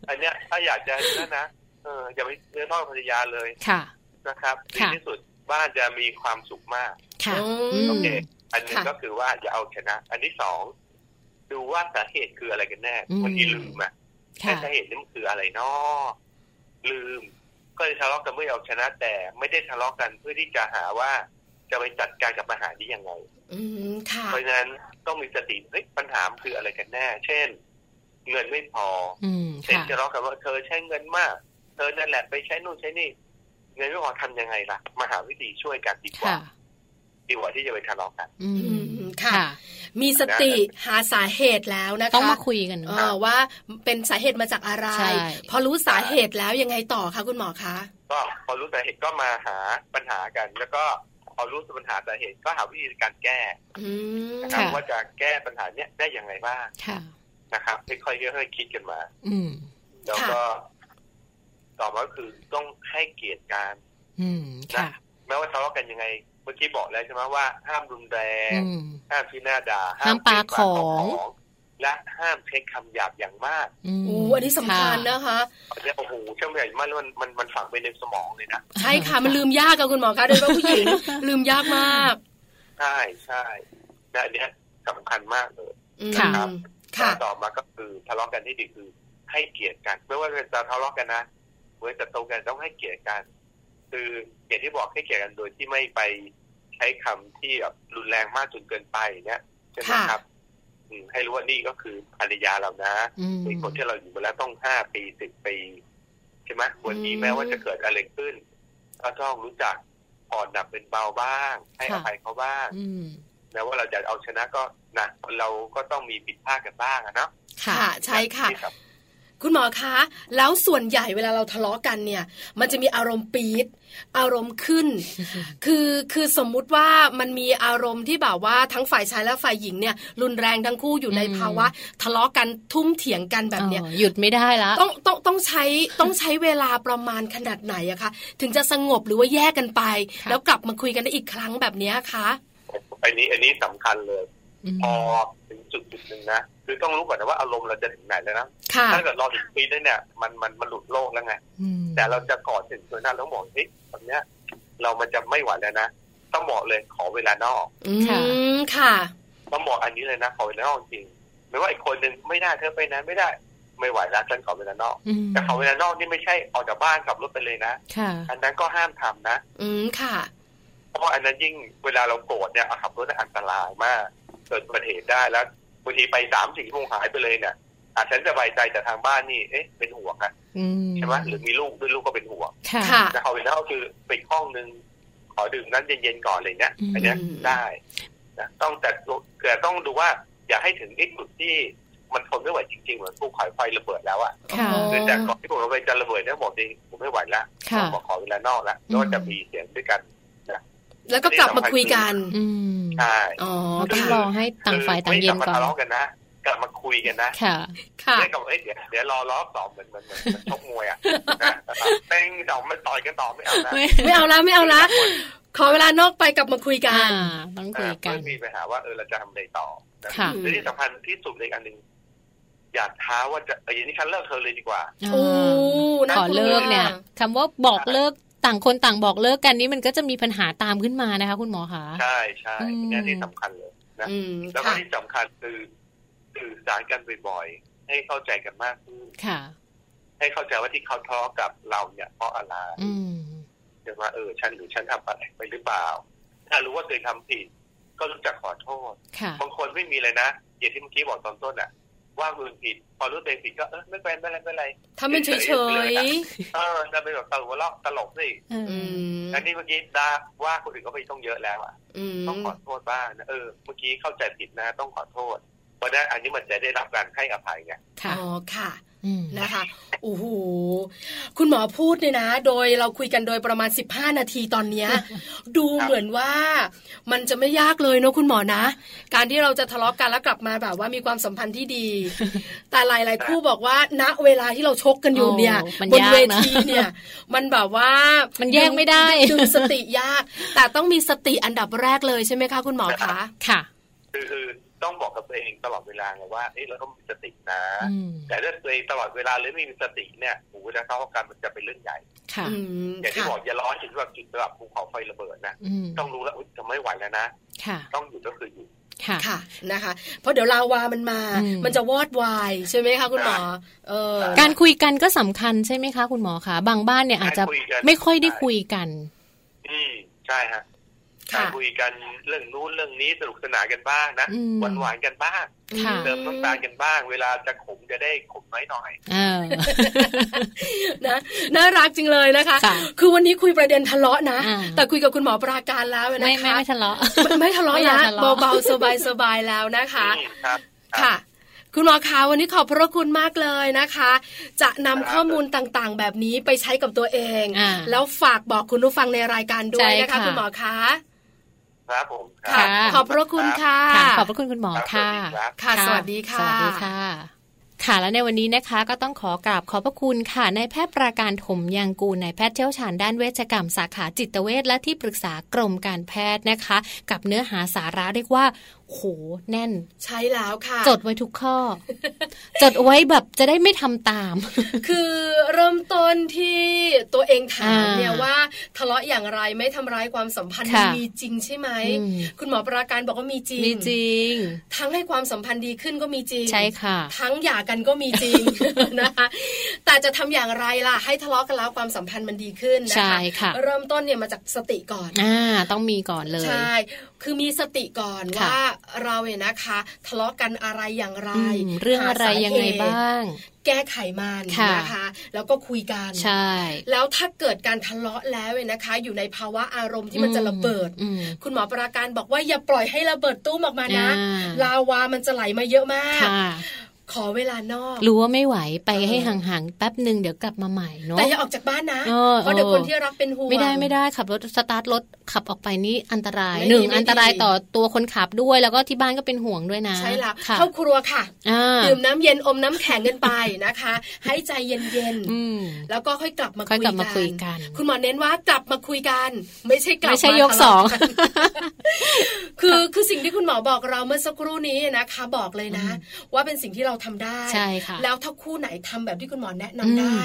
S8: อันเนี้ยถ้าอยากจะนั่นนะเอออย่าไปเนื้อทอดภรรยาเลย
S4: ค่ะ
S8: นะครับดี
S4: ค่ะ
S8: ที่สุดบ้านจะมีความสุขมาก
S4: ค่ะ
S5: อื
S4: อื
S5: ม
S4: ม
S8: โอเค อันหนึง
S5: ค่ะ
S8: ก็คือว่าจะเอาชนะ อันที่สองดูว่าสาเหตุคืออะไรกันแน่บางทีลืมอะ แต่
S4: ค่ะ
S8: สาเหตุนี่มันคืออะไรเนาะลืม ก็เลยทะเลาะกันเพื่อเอาชนะแต่ไม่ได้ทะเลาะกันเพื่อที่จะหาว่าจะไปจัดการกับปัญหานี้ยังไง
S5: อืมค่ะ
S8: เพราะฉะนั้นต้องมีสติเฮ้ยปัญหามันคืออะไรกันแน่ เช่น เงินไม่พอ
S4: อืม
S8: เช่น
S4: ค่ะ
S8: ทะเลาะกันว่าเธอใช้เงินมาก เธอนั่นแหละไปใช้นู่นใช้นี่ เงินไม่พอทำยังไงล่ะมาหาวิธีช่วยกันดีกว่า
S4: ค่ะ
S8: ดีกว่าที่จะไปทะเลาะกัน
S4: อืม
S5: อืมค่ะ
S4: ค่ะ
S5: มีสติหาสาเหตุแล้วนะคะ
S4: ต้องมาคุยกันเน
S5: เอ
S4: อะ
S5: อว่าเป็นสาเหตุมาจากอะไร
S4: ใช่
S5: พอรู้สาเหตุแล้วยังไงต่อคะคุณหมอคะ
S8: ก็พอรู้สาเหตุก็มาหาปัญหากัน แล้วก็พอรู้ปัญหาสาเหตุก็หาวิธีการแก้
S5: อืม
S8: นะครับ
S4: ค่ะ
S8: ว่าจะแก้ปัญหาเนี้ยได้อย่างไรบ้าง
S4: ค่ะ
S8: นะครับค่อยๆค่อยๆคิดกันมา
S4: อืม
S8: แล้วก็ ต่อมาก็คือต้องให้เกียรติกัน
S4: อืม ค่ะ
S8: แม้ว่าทะเลาะกันยังไง เมื่อกี้บอกแล้วใช่ไหมว่าห้ามรุนแรง
S4: อืม
S8: ห้ามที่หน้าด่า
S4: ห้ามปา
S8: เตะ
S4: ของ
S8: และห้ามใช้คำหยาบอย่างมาก
S4: อืม
S5: โอ้อันนี้สำคัญนะคะ
S8: อันเนี้ยโอ้โหเชื่อมใหญ่มากแล้วมันมันมันฝังไปในสมองเลยนะ
S5: ใช่ค่ะ มันลืมยากกับคุณหมอคะโดยเฉพาะผู้หญิง ลืมยากมาก
S8: ใช่ใช่และอันเนี้ยสำคัญมากเลย
S5: อืม
S4: ค่ะ
S5: ค่ะ
S8: ต่อมาก็คือทะเลาะกันที่ดีคือให้เกียรติกัน ไม่ว่าจะทะเลาะกันนะเมื่อจะตรงกันต้องให้เกียรติกัน คืออย่างที่บอกให้เกียรติกันโดยที่ไม่ไปใช้คำที่แบบรุนแรงมากจนเกินไปเนี่ยใช่ไหม
S5: ค่ะ
S8: ครับอืมให้รู้ว่านี่ก็คือภรรยาเรานะ
S4: อืม
S8: เป็นคนที่เราอยู่มาแล้วต้องห้าปีสิบปีใช่ไหมวันนี้
S5: อืม
S8: แม้ว่าจะเกิดอะไรขึ้น ก็ต้องรู้จักผ่อนหนักเป็นเบาบ้าง ให้อ
S4: ค่ะ
S8: ภัยเขาบ้าง
S4: อืม
S8: แม้ว่าเราจะเอาชนะก็นะคนเราก็ต้องมีผิดพลาดกันบ้างอะเนาะ
S4: ค่ะ
S5: ค่ะ ใช่ค่ะ
S8: นี่รับ
S5: คุณหมอคะ แล้วส่วนใหญ่เวลาเราทะเลาะกันเนี่ย มันจะมีอารมณ์ปี๊ด อารมณ์ขึ้น คือคือสมมุติว่ามันมีอารมณ์ที่แบบว่าทั้งฝ่ายชายและฝ่ายหญิงเนี่ย รุนแรงทั้งคู่อยู่ใน
S4: อืม
S5: ภาวะ ทะเลาะกันทุ่มเถียงกันแบบเนี้ย
S4: เออหยุดไม่ได้ละ
S5: ต้องต้องต้องใช้ต้องใช้เวลาประมาณขนาดไหนอะคะถึงจะสงบหรือว่าแยกกันไป
S4: ค่ะ
S5: แล้วกลับมาคุยกันได้อีกครั้งแบบเนี้ยคะ
S8: อันนี้อันนี้สำคัญเลย
S4: ม
S8: พอถึงจุดจุดหนึ่งนะคือต้องรู้ก่อนนะว่าอารมณ์เราจะถึงไหนแล้วนะ
S5: ค่ะ
S8: ถ้าเกิดเราถึงปีได้เนี่ยมันมันมันหลุดโลกแล้วไง
S4: ม
S8: แต่เราจะก่อนถึงตัวนั้นแล้วบอกเฮ้ยตอนเนี้ย เรามันจะไม่ไหวแล้วนะต้องบอกเลยขอเวลานอก
S5: อืมค่ะ
S8: ต้องบอกอันนี้เลยนะขอเวลานอกจริงไม่ว่าอีกคนหนึ่งไม่ได้เธอไปนั้นไม่ได้ไม่ไหวแล้วฉันขอเวลานอก
S4: อืม
S8: แต่ขอเวลานอกนี่ไม่ใช่ออกจากบ้านขับรถไปเลยนะ
S4: ค่ะ
S8: อันนั้นก็ห้ามทำนะ
S5: อืมค่ะ
S8: เพราะว่าอันนั้นยิ่งเวลาเราโกรธเนี่ยอ่ะขับรถอันตรายมาก เกิดอุบัติเหตุได้แล้วบางทีไปสามสี่ชั่วโมงหายไปเลยเนี่ยอาจฉันสบายใจแต่ทางบ้านนี่เอ๊ะเป็นห่วงอะ
S4: อืม
S8: ใช่ไหมหรือมีลูกด้วยลูกก็เป็นห่วง
S4: ค่ะ
S5: ค่ะ
S8: แต่เขาเป็นแล้วคือไปห้องนึงขอดื่มนั้นเย็นๆก่อนอะไรเลยเนี่ย
S4: อืม
S8: อันเนี้ยได้นะต้องแต่แต่ต้องดูว่า อย่าให้ถึงไอ้จุดที่มันทนไม่ไหวจริงๆเหมือนภูเขาไฟระเบิดแล้วอะ
S4: ค่ะ
S5: อ๋อ
S8: คือแต่ก่อนที่ภูเขาไฟจะระเบิดเนี่ยบอกจริงผมไม่ไหวละ
S4: ค่ะ
S8: ผมขอเวลานอกละแล้วก็จะมีเสียงด้วยกัน
S5: แล้วก็กลับมาคุยกัน
S4: อืม
S8: ใช่
S5: อ๋อ
S4: เราต้อง
S5: ค่ะ
S4: รอให้ต่างฝ่ายต่างเย็นก่
S8: ไม่กลับมา
S4: อน
S8: ทะเลาะกันนะกลับมาคุยกันนะ
S4: ค่ะ
S5: ค่ะ
S8: ไม่กลับเอ้ยเดี๋ยวเดี๋ยวรอรอบสองเหมือนเหมือนเหมือนเหมือนชกมวยอ่ะนะเต้งสองมันต่อยกันต่อไม่เอานะ
S4: ไม่
S5: ไม่เอาละไม่เอาละขอเวลานอกไปกลับมาคุยกั
S4: อ่าน ต้องคุ
S8: อ่าย
S4: กัน
S8: ไม่มีปัญหาว่าเออเราจะทำอะไรต่อนะ
S4: ค่ะ
S8: และที่สำคัญที่สุดเลยอันหนึ่งอย่าท้าว่าจะเอ้ยอย่างนี้ฉันเลิกเธอเลยดีกว่า
S5: โอ้น่า
S4: ขอเลิก
S5: ว
S4: เนี่ยคำว่าบอกเลิกต่างคนต่างบอกเลิกกันนี่มันก็จะมีปัญหาตามขึ้นมานะคะ คุณหมอคะ
S8: ใช่ใช่
S4: อืม
S8: เนี่ยที่สำคัญเลยนะ
S5: อืม
S8: แล้วก็
S5: ค่ะ
S8: ที่สำคัญคือสื่อสารกันบ่อยๆให้เข้าใจกันมากขึ้น
S4: ค่ะ
S8: ให้เข้าใจว่าที่เขาทะเลาะกับเราเนี่ยเพราะอะไร
S4: อืม
S8: เดี๋ยวว่าเออฉันหรือฉันทำอะไรไปหรือเปล่า ถ้ารู้ว่าตัวเองทำผิด ก็รู้จักขอโทษ
S4: ค่ะ
S8: บางคนไม่มีเลยนะอย่างที่เมื่อกี้บอกตอนต้นอ่ะ ว่าคนอื่นผิด พอรู้ตัวเองผิดก็เออไม่เป็นไม่เป็นไรไม่เป็นไร
S5: ทำเป็นเฉ
S8: เฉ
S5: ย
S8: ย เออจะเป็นแบบตลกหัวเราะตลกสิ
S1: เอ
S5: ๆ อื
S1: อ
S5: ม
S8: อันนี้เมื่อกี้ด่าว่าคนอื่นก็ไปต้องเยอะแล้วอ่ะ
S5: อืม
S8: ต้องขอโทษบ้างนะเออเมื่อกี้เข้าใจผิดนะ ต้องขอโทษเพราะฉะนั้นอันนี้มันจะได้รับการให้อภัยไง
S1: ค่ะ
S5: อ๋อค่ะ
S1: ม
S5: นะคะโอ้โหคุณหมอพูดเนี่ยนะ โดยเราคุยกันโดยประมาณ 15 นาทีตอนเนี้ย ดูเหมือนว่า มันจะไม่ยากเลยเนอะคุณหมอนะ การที่เราจะทะเลาะกันแล้วกลับมาแบบว่ามีความสัมพันธ์ที่ดี แต่หลาย ๆ คู่บอกว่า ณเวลาที่เราชกกันอยู่เนี่ย
S1: โมั
S5: บน
S1: ยากะ
S5: เวทีเนี่ย มันแบบว่ามัน
S1: แยกไม่ได้
S5: ดึงสติยาก แต่ต้องมีสติอันดับแรกเลยใช่ไหมคะคุณหมอคะ
S1: ค่ะ
S8: คือคือต้องบอกกับตัวเองตลอดเวลาไงว่าเอ้ยเราต้องมีสตินะ
S1: อืม
S8: แต่ถ้าตัวเองตลอดเวลาหรือไม่มีสติเนี่ยโอ้โหจะเข้ากันมันจะเป็นเรื่องใหญ่
S1: ค่ะ
S5: อืม
S8: อย่างที่
S5: ค่ะ
S8: บอกอย่าร้อนถึงแบบจุดระดับภูเขาไฟระเบิดนะ
S1: อืม
S8: ต้องรู้แล้วอุ๊ยจะไม่ไหวแล้วนะ
S1: ค่ะ
S8: ต้องหยุดก็คือหยุด
S1: ค่ะ
S5: ค่ะนะคะ เพราะเดี๋ยวลาวามันมา
S1: อืม
S5: มันจะวอดวายใช่ไหมคะคุณหมอ เออ
S1: การคุยกันก็สำคัญใช่ไหมคะ คุณหมอคะบางบ้านเนี่ยอาจจะ
S8: การคุยกัน
S1: ไม่ค่อยได้คุยกัน
S8: อืมใช่ฮะ
S5: ค่ะ
S8: การคุยกันเรื่องนู้นเรื่องนี้สนุกสนานกันบ้างนะ
S1: อืม
S8: หวานหวานๆกันบ้าง
S1: ค่ะ
S8: เติมน้ำตาลกันบ้าง เวลาจะขมจะได้ขมน้อยหน่อย
S1: เออ
S5: นะน่ารักจริงเลยนะคะ
S1: ค่ะ
S5: คือวันนี้คุยประเด็นทะเลาะนะ
S1: อ่า
S5: แต่คุยกับคุณหมอปราการแล้วนะคะ
S1: ไม่ไม่ไม่ทะเลาะ
S5: ไม่ไม่ทะเลาะ
S1: ไม่อยาก
S5: นะ
S1: ทะเลาะ
S5: เบาๆสบายสบายๆแล้วนะ
S8: ๆ
S5: คะ
S8: อืมครับ
S5: ค่ะ คุณหมอคะวันนี้ขอบพระคุณมากเลยนะคะ จะนำข้อมูลต่างๆ แบบนี้ไปใช้กับตัวเอง
S1: อ่า
S5: แล้วฝากบอกคุณผู้ฟังในรายการด้วย
S1: ใช่
S5: นะคะ
S1: ค่ะ
S5: คุณหมอคะ
S8: ครับผมค
S1: ค่ะ
S8: รับ
S5: ขอบพระคุณค่ะ
S1: ค่ะขอบพระคุณคุณหมอค่ะ
S8: สวัสดีครับ
S5: ค่ะสวัสดีค่ะ
S1: สวัสดีค่ะ ค่ะ และในวันนี้นะคะก็ต้องขอกราบขอบพระคุณค่ะนายแพทย์ประการถมยังกูลนายแพทย์เชี่ยวชาญด้านเวชกรรมสาขาจิตเวชและที่ปรึกษากรมการแพทย์นะคะ กับเนื้อหาสาระเรียกว่าโหแน่น
S5: ใช้แล้วค่ะ
S1: จดไว้ทุกข้อ จดไว้แบบจะได้ไม่ทำตาม
S5: คือเริ่มต้นที่ตัวเองถาม
S1: อ่า
S5: เนี่ยว่าทะเลาะอย่างไรไม่ทำร้ายความสัมพันธ์
S1: ค่ะ
S5: มีจริงใช่ไหม
S1: อืม
S5: คุณหมอประการบอกว่ามีจริง
S1: มีจริง
S5: ทั้งให้ความสัมพันธ์ดีขึ้นก็มีจริง
S1: ใช่ค่ะ
S5: ทั้งหย่ากันก็มีจริ ง นะคะแต่จะทำอย่างไรล่ะ ให้ทะเลาะกันแล้วความสัมพันธ์มันดีขึ้นนะ
S1: ใช่
S5: คะ
S1: ค่ะ
S5: เริ่มต้นเนี่ยมาจากสติก่อน
S1: อ่าต้องมีก่อนเลย
S5: ใช่ คือมีสติก่อน
S1: ค่ะ
S5: ว่าเราเนี่ยนะคะ ทะเลาะกันอะไรอย่างไร
S1: อืมเรื่องอะไร
S5: หาสา
S1: ยังไง
S5: เหตุ
S1: บ้าง
S5: แก้ไขมัน
S1: ค่ะ
S5: นะคะ แล้วก็คุยกัน
S1: ใช่
S5: แล้วถ้าเกิดการทะเลาะแล้วเนี่ยนะคะ อยู่ในภาวะอารมณ์ที่มันจะระเบิด
S1: อืม
S5: คุณหมอประการบอกว่าอย่าปล่อยให้ระเบิดตู้มออกมานะ
S1: อ่า
S5: ลาวามันจะไหลมาเยอะมาก
S1: ค่ะ
S5: ขอเวลานอก
S1: รู้ว่าไม่ไหวไปให้
S5: เออ
S1: ห่างๆแป๊บหนึ่งเดี๋ยวกลับมาใหม่เนาะ
S5: แต่อย่าออกจากบ้านนะ
S1: เออ
S5: ราะเดี๋ยว
S1: เออ
S5: คนที่รักเป็นห่วง
S1: ไม่ได้ไม่ได้ขับรถสตาร์ทรถขับออกไปนี่อันตราย
S5: ไม่ดี
S1: หนึ่ง
S5: ไม่ดี
S1: อันตรายต่อตัวคนขับด้วยแล้วก็ที่บ้านก็เป็นห่วงด้วยนะ
S5: ใช่แล้ว
S1: ค่ะ
S5: เข้าครัวค่ะ
S1: อ่า
S5: ดื่มน้ำเย็นอมน้ำแข็งกันไปนะคะ ให้ใจเย็น
S1: อืม
S5: ๆแล้วก็ค่อยกลับมา
S1: ค่อยกลับมาคุยกัน
S5: คุณหมอเน้นว่ากลับมาคุยกัน ไม่ใช่กลับ
S1: ไม่ใช่
S5: าย
S1: ก
S5: ทะ
S1: ส
S5: เลาะ
S1: อง
S5: กัน คือคือสิ่งที่คุณหมอบอกเราเมื่อสักครู่นี้นะคะ บอกเลยนะ ว่าเป็นสิ่งที่เราทำได้
S1: ใช่ค่ะ
S5: แล้วถ้าคู่ไหนทำแบบที่คุณหมอแนะนำ
S1: อืม
S5: ได้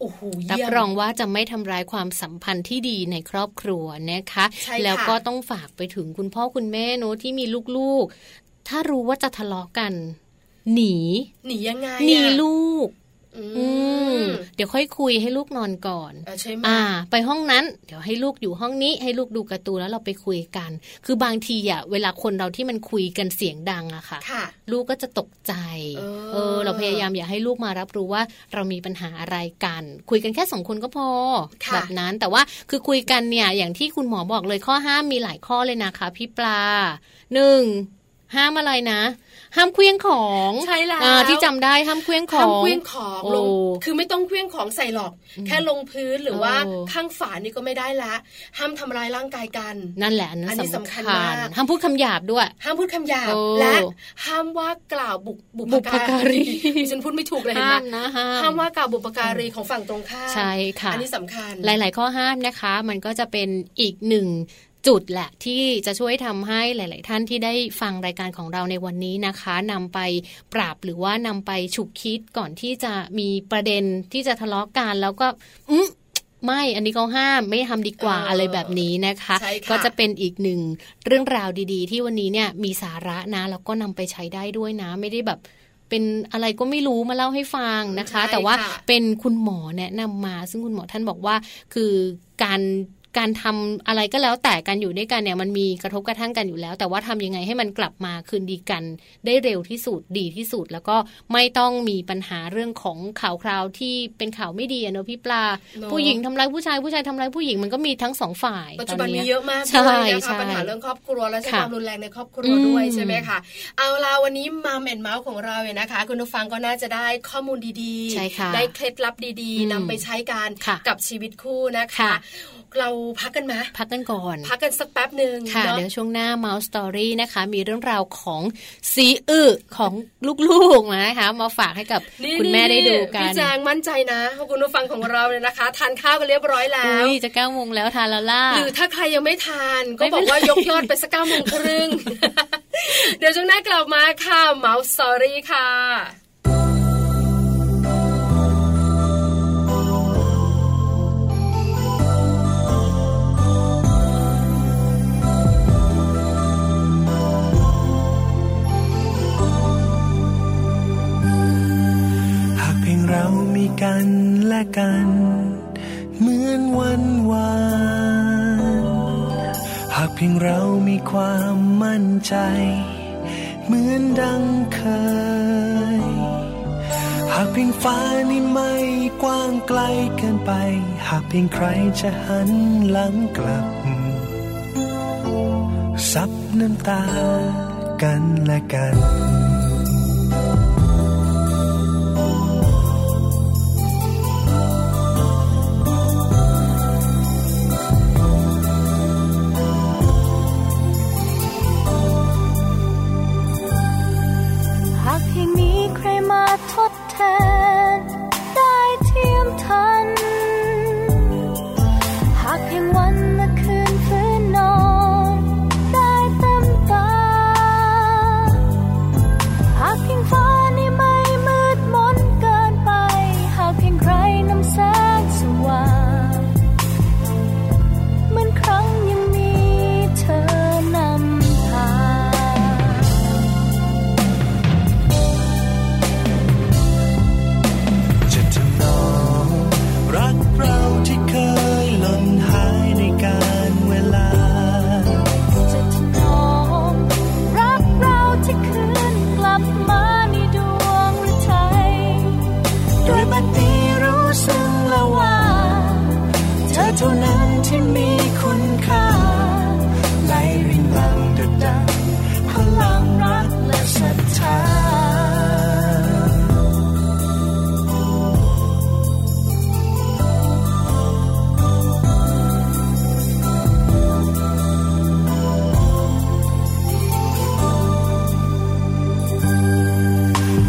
S5: โอ้โห
S1: รับ
S5: เยี่ยม
S1: รองว่าจะไม่ทำร้ายความสัมพันธ์ที่ดีในครอบครัวนะคะ
S5: ใช่ค่ะ
S1: แล้วก็ต้องฝากไปถึงคุณพ่อคุณแม่เนอะที่มีลูกๆ ถ้ารู้ว่าจะทะเลาะกัน หนี
S5: หนียังไงอะ
S1: หนีลูก
S5: อื
S1: อืม
S5: ม
S1: เดี๋ยวค่อยคุยให้ลูกนอนก่อน
S5: เออใช่ไหม
S1: อ่า ไปห้องนั้นเดี๋ยวให้ลูกอยู่ห้องนี้ ให้ลูกดูการ์ตูนแล้วเราไปคุยกัน คือบางทีอ่ะเวลาคนเราที่มันคุยกันเสียงดังอะค่ะ
S5: ค่ะ
S1: ลูกก็จะตกใจ
S5: เออ
S1: อเราพยายามอย่าให้ลูกมารับรู้ว่าเรามีปัญหาอะไรกัน คุยกันแค่สองคนก็พอ
S5: ค่ะ
S1: แบบนั้นแต่ว่าคือคุยกันเนี่ยอย่างที่คุณหมอบอกเลยข้อห้ามมีหลายข้อเลยนะคะ พี่ปลาหนึ่งห้ามอะไรนะ ห้ามเคลี้ยงของ
S5: ใช่แล้ว
S1: อ่าที่จำได้ห้ามเคลี้ยงของ
S5: ห้ามเคลื่องของลง
S1: โอ้
S5: คือไม่ต้องเคลื่องของใส่หรอก แค่ลงพื้นหรือ
S1: โอ้
S5: ว่าข้างฝานี่ก็ไม่ได้ละ ห้ามทำร้ายร่างกายกัน
S1: นั่นแหละอันนั้
S5: อัน
S1: น
S5: นี้
S1: สำคัญ
S5: สำคัญมาก
S1: ห้ามพูดคำหยาบด้วย
S5: ห้ามพูดคำหยาบ
S1: โอ้
S5: และห้ามว่ากล่าวบุบุ
S1: บุพการี
S5: ดิฉันพูดไม่ถูกเลยเห็น
S1: ห้า
S5: ไหม
S1: มนะห้าม
S5: ห้ามว่ากล่าวบุปการีของฝั่งตรงข้าม
S1: ใช่ค่ะ
S5: อันี้สำคัญ
S1: หลาย ๆ ข้อห้ามนะคะ มันก็จะเป็นอีกหนึ่งจุดแหละที่จะช่วยทำให้หลาย ๆ ท่านที่ได้ฟังรายการของเราในวันนี้นะคะนำไปปรับหรือว่านำไปฉุกคิดก่อนที่จะมีประเด็นที่จะทะเลาะกันแล้วก็อืมไม่อันนี้เขาห้ามไม่ทำดีกว่า
S5: เอออ
S1: อะไรแบบนี้นะคะ
S5: ใช่ค่ะ
S1: ก็จะเป็นอีกหนึ่งเรื่องราวดี ๆ ที่วันนี้เนี่ยมีสาระนะแล้วก็นำไปใช้ได้ด้วยนะ ไม่ได้แบบเป็นอะไรก็ไม่รู้มาเล่าให้ฟังนะคะ
S5: ใช่
S1: แต่ว่า
S5: ค่ะ
S1: เป็นคุณหมอแนะนำมา ซึ่งคุณหมอท่านบอกว่า คือการ การทำอะไรก็แล้วแต่การอยู่ด้วยกันเนี่ยมันมีกระทบกระทั่งกันอยู่แล้ว แต่ว่าทำยังไงให้มันกลับมาคืนดีกัน ได้เร็วที่สุดดีที่สุด แล้วก็ไม่ต้องมีปัญหาเรื่องของข่าวคราวที่เป็นข่าวไม่ดีอะเนอะพี่ปลา
S5: เนอะ
S1: ผู้หญิงทำร้ายผู้ชายผู้ชายทำร้ายผู้หญิงมันก็มีทั้งสองฝ่าย
S5: ปัจจุบัน
S1: ต
S5: มี
S1: เย
S5: เยอะมาก
S1: ใช่
S5: เลยนะ
S1: ใช่
S5: คะปัญหาเรื่องครอบครัวและใช้ค
S1: ค่ะ
S5: วามรุนแรงในครอบครัว
S1: อืม
S5: ด้วยใช่ไหมคะเอาลาวันนี้มัมแอนเมาส์ของเราเนี่ยนะคะ คุณผู้ฟังก็น่าจะได้ข้อมูลดี
S1: ใช่ค่ะ
S5: ได้เคล็ดลับดี
S1: อืม
S5: ๆนำไปใช้การ
S1: ค่ะ
S5: กับชีวิตคู่นะคะ
S1: ค่ะ
S5: เราพักกันไหม
S1: พักกันก่อน
S5: พักกันสักแป๊บหนึ่ง
S1: ค่ะ
S5: เนาะ
S1: เดี๋ยวช่วงหน้า Mouse Story นะคะ มีเรื่องราวของสีอึของลูกๆนะคะ มาฝากให้กับ
S5: นี่
S1: คุณแม่ได้ดูกั
S5: พี่
S1: น
S5: แจงมั่นใจนะว่าคุณผู้ฟังของเราเนี่ยนะคะ ทานข้าวกันเรียบร้อยแล้ว
S1: อุ้ยจะเก้าโมงแล้วทานแล้วล่ะ
S5: หรือถ้าใครยังไม่ทานก็บอกว่า
S1: ไม่เป็นไร
S5: ยกยอดไปสักเก้าโมงค รึ่ง เดี๋ยวช่วงหน้ากลับมาค่ะเมาส์สอรี่ค่ะ
S6: หากเพียงเรามีกันและกัน เหมือนวันวานหากเพียงเรามีความมั่นใจ เหมือนดังเคย หากเพียงฟ้านี่ไม่กว้างไกลเกินไป หากเพียงใครจะหันหลังกลับ ซับน้ำตากันและกัน
S4: หากเพียงมีใครมาทดแทน ได้เทียมทัน หากเพียงวันและคืนพื้นนอน ได้เต็มตา หากเพียงฟ้านี่ไม่มืดมนเกินไป หากเพียงใครนำแสงสว่างเหมือนครั้งยังมีเธอนำทาง
S6: จะทำนองรักเราที่เคยหล่นหายในการเวลา
S4: จะถนอมรักเราที่คืนกลับมาในดวงฤทัย
S6: ด้วยบัดนี้รู้สึกแล้วว่า เธอเท่านั้นที่มีคุณค่าไหลรินลังดุดดังพลังรักและศรัทธา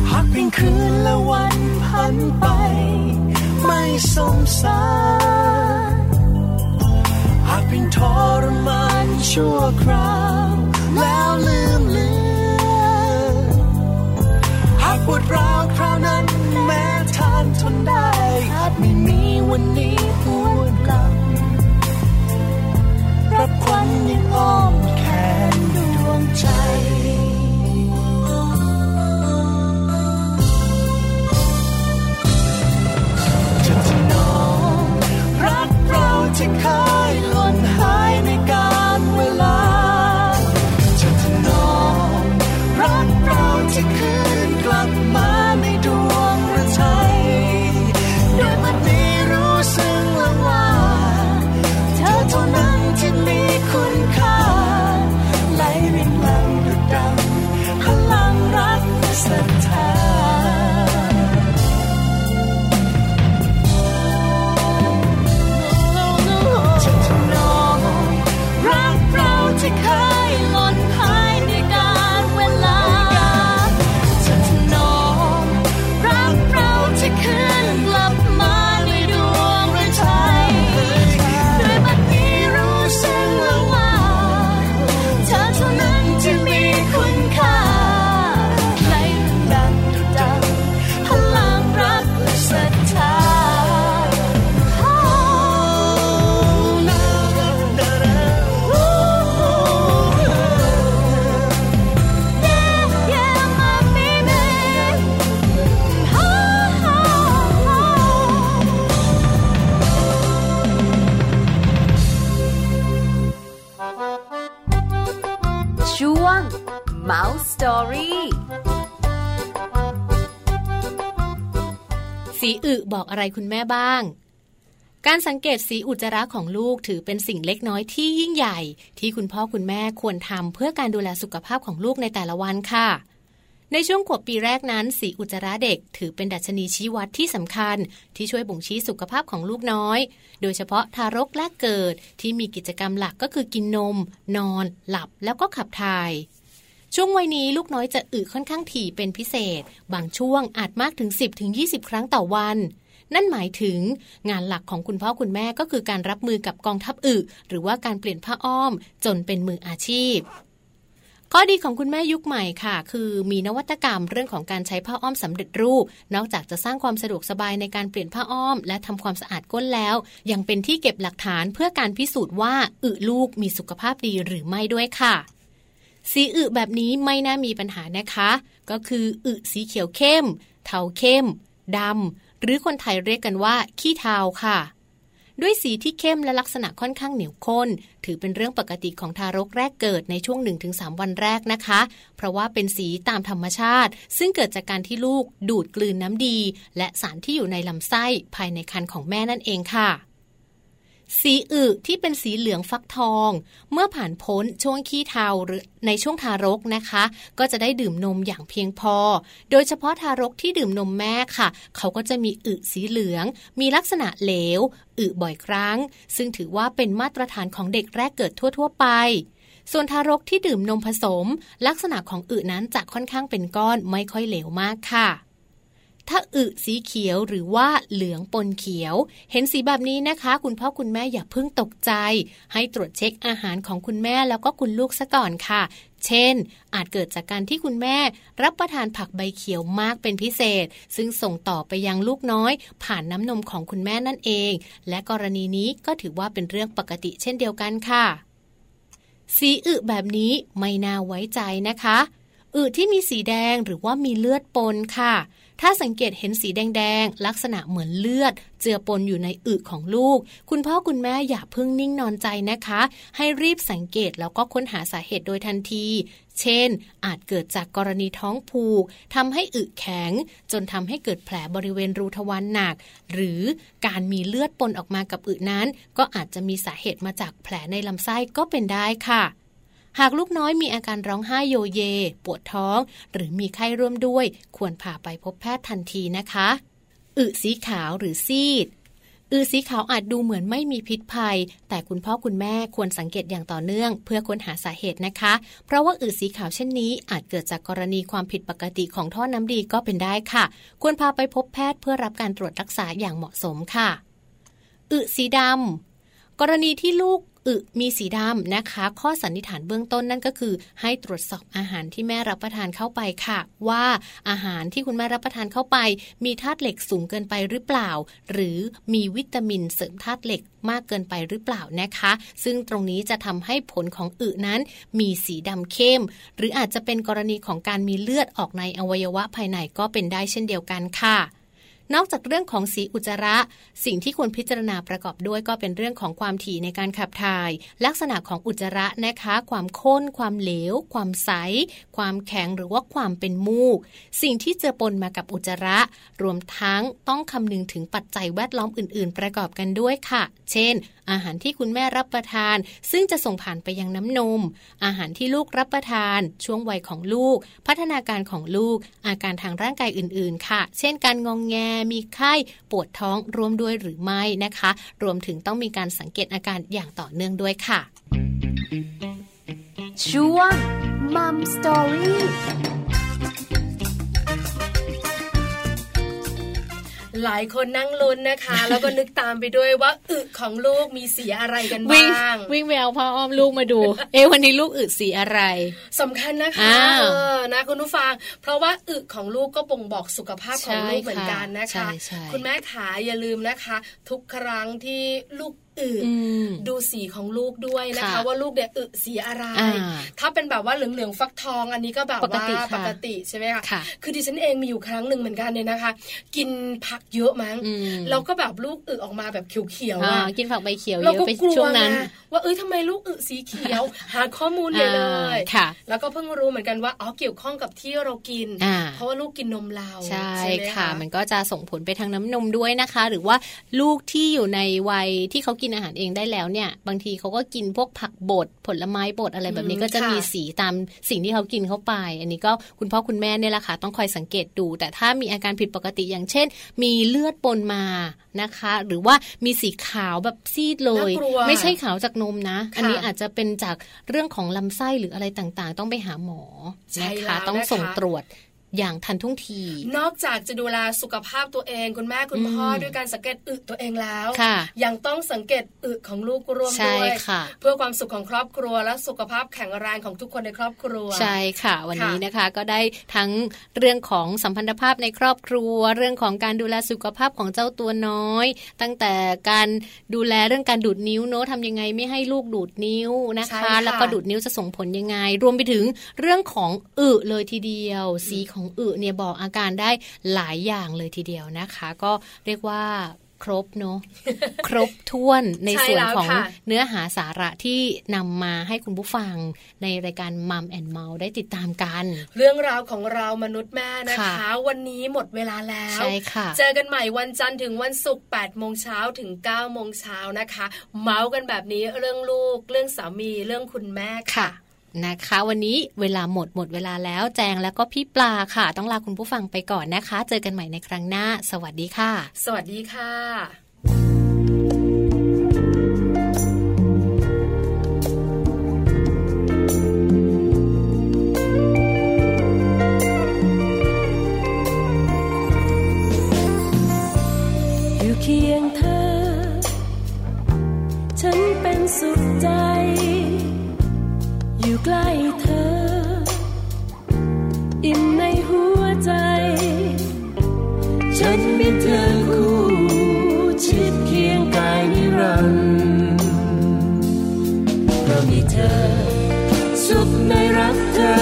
S6: หากเพียงคืนและวันผ่านไป ไม่สงสารหากเพียงทรมานชั่วคราวแล้วลืมเลือนหากปวดร้าวคราวนั้นแม้ทานทนได้อาจไม่มีวันนี้หวนกลับรับควันยังอ้อมแขนดวงใจ จะถนอมรักเราที่เคยหล่นหายในการเวลา จะถนอมรักเราที่คืนกลับมาในดวงฤทัยด้วยมันนี้รู้สึกและว่า เธอเท่านั้นที่มีคุณค่า
S7: ช่วง Mouse Story
S4: สีอึบอกอะไรคุณแม่บ้าง การสังเกตสีอุจจาระของลูกถือเป็นสิ่งเล็กน้อยที่ยิ่งใหญ่ ที่คุณพ่อคุณแม่ควรทำเพื่อการดูแลสุขภาพของลูกในแต่ละวันค่ะ ในช่วงขวบปีแรกนั้น สีอุจจาระเด็ก ถือเป็นดัชนีชี้วัดที่สำคัญ ที่ช่วยบ่งชี้สุขภาพของลูกน้อย โดยเฉพาะทารกแรกเกิดที่มีกิจกรรมหลักก็คือกินนม นอน หลับแล้วก็ขับถ่าย ช่วงวัยนี้ลูกน้อยจะอึค่อนข้างถี่เป็นพิเศษ บางช่วงอาจมากถึง 10ถึง20 ครั้งต่อวัน นั่นหมายถึง งานหลักของคุณพ่อคุณแม่ก็คือการรับมือกับกองทัพอึหรือว่าการเปลี่ยนผ้าอ้อม จนเป็นมืออาชีพ ข้อดีของคุณแม่ยุคใหม่ค่ะ คือมีนวัตกรรมเรื่องของการใช้ผ้าอ้อมสำเร็จรูป นอกจากจะสร้างความสะดวกสบายในการเปลี่ยนผ้าอ้อม และทำความสะอาดก้นแล้ว ยังเป็นที่เก็บหลักฐานเพื่อการพิสูจน์ว่าอึลูกมีสุขภาพดีหรือไม่ด้วยค่ะ สีอึแบบนี้ไม่น่ามีปัญหานะคะ ก็คืออึสีเขียวเข้ม เทาเข้มดำหรือคนไทยเรียกกันว่า ขี้เทาค่ะ ด้วยสีที่เข้มและลักษณะค่อนข้างเหนียวข้น ถือเป็นเรื่องปกติของทารกแรกเกิดในช่วง 1-3 วันแรกนะคะ เพราะว่าเป็นสีตามธรรมชาติ ซึ่งเกิดจากการที่ลูกดูดกลืนน้ำดี และสารที่อยู่ในลำไส้ภายในครรภ์ของแม่นั่นเองค่ะ สีอึที่เป็นสีเหลืองฟักทอง เมื่อผ่านพ้นช่วงขี้เทาหรือในช่วงทารกนะคะ ก็จะได้ดื่มนมอย่างเพียงพอ โดยเฉพาะทารกที่ดื่มนมแม่ค่ะ เขาก็จะมีอึสีเหลือง มีลักษณะเหลว อึบ่อยครั้ง ซึ่งถือว่าเป็นมาตรฐานของเด็กแรกเกิดทั่ว ๆ ไป ส่วนทารกที่ดื่มนมผสม ลักษณะของอึนั้นจะค่อนข้างเป็นก้อนไม่ค่อยเหลวมากค่ะ ถ้าอึสีเขียวหรือว่าเหลืองปนเขียว เห็นสีแบบนี้นะคะ คุณพ่อคุณแม่อย่าเพิ่งตกใจ ให้ตรวจเช็คอาหารของคุณแม่แล้วก็คุณลูกซะก่อนค่ะ เช่น อาจเกิดจากการที่คุณแม่ รับประทานผักใบเขียวมากเป็นพิเศษ ซึ่งส่งต่อไปยังลูกน้อย ผ่านน้ำนมของคุณแม่นั่นเอง และกรณีนี้ก็ถือว่าเป็นเรื่องปกติเช่นเดียวกันค่ะ สีอึแบบนี้ไม่น่าไว้ใจนะคะอึที่มีสีแดงหรือว่ามีเลือดปนค่ะ ถ้าสังเกตเห็นสีแดงๆลักษณะเหมือนเลือด เจือปนอยู่ในอึของลูก คุณพ่อคุณแม่อย่าเพิ่งนิ่งนอนใจนะคะ ให้รีบสังเกตแล้วก็ค้นหาสาเหตุโดยทันที เช่น อาจเกิดจากกรณีท้องผูกทำให้อึแข็ง จนทำให้เกิดแผลบริเวณรูทวารหนัก หรือการมีเลือดปนออกมากับอึนั้น ก็อาจจะมีสาเหตุมาจากแผลในลำไส้ก็เป็นได้ค่ะ หากลูกน้อยมีอาการร้องไห้โยเย ปวดท้อง หรือมีไข้ร่วมด้วย ควรพาไปพบแพทย์ทันทีนะคะ อึสีขาวหรือซีด อือสีขาวอาจดูเหมือนไม่มีพิษภัย แต่คุณพ่อคุณแม่ควรสังเกตอย่างต่อเนื่อง เพื่อค้นหาสาเหตุนะคะ เพราะว่าอืดสีขาวเช่นนี้ อาจเกิดจากกรณีความผิดปกติของท่อน้ำดีก็เป็นได้ค่ะ ควรพาไปพบแพทย์เพื่อรับการตรวจรักษาอย่างเหมาะสมค่ะ อึสีดำกรณีที่ลูกอึมีสีดำนะคะ ข้อสันนิษฐานเบื้องต้นนั่นก็คือ ให้ตรวจสอบอาหารที่แม่รับประทานเข้าไปค่ะ ว่าอาหารที่คุณแม่รับประทานเข้าไป มีธาตุเหล็กสูงเกินไปหรือเปล่า หรือมีวิตามินเสริมธาตุเหล็กมากเกินไปหรือเปล่านะคะ ซึ่งตรงนี้จะทำให้ผลของอึนั้น มีสีดำเข้ม หรืออาจจะเป็นกรณีของการมีเลือดออกในอวัยวะภายในก็เป็นได้เช่นเดียวกันค่ะ นอกจากเรื่องของสีอุจจาระ สิ่งที่ควรพิจารณาประกอบด้วยก็เป็นเรื่องของความถี่ในการขับถ่าย ลักษณะของอุจจาระนะคะ ความข้น ความเหลว ความใส ความแข็งหรือว่าความเป็นมูก สิ่งที่เจือปนมากับอุจจาระ รวมทั้งต้องคำนึงถึงปัจจัยแวดล้อมอื่น ๆ ประกอบกันด้วยค่ะ เช่น อาหารที่คุณแม่รับประทาน ซึ่งจะส่งผ่านไปยังน้ำนม อาหารที่ลูกรับประทาน ช่วงวัยของลูก พัฒนาการของลูก อาการทางร่างกายอื่น ๆ ค่ะ เช่น การงองแง มีไข้ ปวดท้องรวมด้วยหรือไม่นะคะ รวมถึงต้องมีการสังเกตอาการอย่างต่อเนื่องด้วยค่ะ
S7: ช่วง Mom Story
S5: หลายคนนั่งลุ้นนะคะ แล้วก็นึกตามไปด้วยว่าอึของลูกมีสีอะไรกัน
S4: วิ่ง
S5: บ้าง
S4: วิ่งแววพ่ออ้อมลูกมาดู เอะวันนี้ลูกอึสีอะไร
S5: สำคัญนะคะ
S4: อ้าว
S5: เออนะคุณผู้ฟัง เพราะว่าอึของลูกก็บ่งบอกสุขภาพของ
S4: ใช่
S5: ลูกเหมือนกันนะ
S4: ค่ะ
S5: คะ
S4: ใช่ใช่
S5: คุณแม่ขาอย่าลืมนะคะ ทุกครั้งที่ลูกอึ
S4: อืม
S5: ดูสีของลูกด้วยนะ
S4: ค่ะ
S5: คะ ว่าลูกเนี่ยอึสีอะไร
S4: อ่า
S5: ถ้าเป็นแบบว่าเหลืองๆฟักทองอันนี้ก็แบบ
S4: ปก
S5: ว่า
S4: ติค่ะ
S5: ปกติใช่ไหมคะ
S4: ค่ะ
S5: คือดิฉันเองมีอยู่ครั้งหนึ่งเหมือนกันเนี่ยนะคะ กินผักเยอะมั้ง
S4: อืม
S5: แล้วก็แบบลูกอึออกมาแบบเขียวๆ
S4: อ่า
S5: อะ
S4: กินผักใบเขียวเย
S5: เรา
S4: อะ
S5: ก็
S4: ไป
S5: กลัว
S4: ช่วงนั้น
S5: ไงว่าเอ้ยทำไมลูกอึสีเขียว หาข้อมูลใหญ่เลย
S4: ค่ะ
S5: แล้วก็เพิ่งรู้เหมือนกันว่าอ๋อเกี่ยวข้องกับที่เรากิน
S1: อ่า
S5: เพราะว่าลูกกินนมเรา
S1: ใช่
S5: ไหม
S1: ค่ะ มันก็จะส่งผลไปทางน้ำนมด้วยนะคะ หรือว่าลูกที่อยู่ในวัยที่เขากินอาหารเองได้แล้วเนี่ย บางทีเขาก็กินพวกผักบดผลไม้บดอะไรแบบนี้
S5: อืม
S1: ก็จะ
S5: ค่ะ
S1: มีสีตามสิ่งที่เขากินเข้าไป อันนี้ก็คุณพ่อคุณแม่เนี่ยแหละค่ะต้องคอยสังเกตดู แต่ถ้ามีอาการผิดปกติอย่างเช่น มีเลือดปนมานะคะ หรือว่ามีสีขาวแบบซีดเลย
S5: น่ากลัว
S1: ไม่ใช่ขาวจากนมนะ
S5: ค่ะ
S1: อันนี้อาจจะเป็นจากเรื่องของลำไส้หรืออะไรต่างๆ ต้องไปหาหมอ
S5: ใช่
S1: นะ
S5: แล้ว
S1: คะ ต้องส่ง
S5: นะคะ
S1: ตรวจอย่างทันท่วงที
S5: นอกจากจะดูแลสุขภาพตัวเองคุณแม่คุณพ่อ
S1: อืม
S5: ด้วยการสังเกตอึตัวเองแล้ว
S1: ค่ะ
S5: ยังต้องสังเกตอึของลูกร่วม
S1: ใช่
S5: ด้วย
S1: ค่ะ
S5: เพื่อความสุขของครอบครัวและสุขภาพแข็งแรงของทุกคนในครอบครัว
S1: ใช่ค่ะวัน
S5: ค่ะ
S1: นี้นะคะก็ได้ทั้งเรื่องของสัมพันธภาพในครอบครัว เรื่องของการดูแลสุขภาพของเจ้าตัวน้อย ตั้งแต่การดูแลเรื่องการดูดนิ้วเนอะทำยังไงไม่ให้ลูกดูดนิ้วนะ
S5: ใช่
S1: คะ
S5: ค่ะ
S1: แล้วก็ดูดนิ้วจะส่งผลยังไง รวมไปถึงเรื่องของอึเลยทีเดียว สีของอึเนี่ยบอกอาการได้หลายอย่างเลยทีเดียวนะคะ ก็เรียกว่าครบเน อะ ครบถ้วนใน
S5: ใช่
S1: ส่วน
S5: แล้ว
S1: ของ
S5: ค่ะ
S1: เนื้อหาสาระที่นำมาให้คุณผู้ฟังในรายการมัมแอนเมาได้ติดตามกัน
S5: เรื่องราวของเรามนุษย์แม่นะคะ
S1: ค่ะ
S5: วันนี้หมดเวลาแล้ว
S1: ใช่ค่ะ
S5: เจอกันใหม่วันจันทร์ถึงวันศุกร์8โมงเช้าถึง9โมงเช้านะคะ เมาส์กันแบบนี้เรื่องลูก เรื่องสามีเรื่องคุณแม่
S1: ค่ะนะคะ วันนี้เวลาหมดหมดเวลาแล้วแจงแล้วก็พี่ปลาค่ะ ต้องลาคุณผู้ฟังไปก่อนนะคะ เจอกันใหม่ในครั้งหน้า สวัสดีค่ะ
S5: สวัสดีค่ะ
S4: อยู่เคียงเธอ ฉันเป็นสุขใจ อยู่ใกล้เธอ อิ่มในหัวใจ ฉันมีเธอคู่ชิดเคียงกายนิรันดร์เพราะมีเธอ สุขในรักเธอ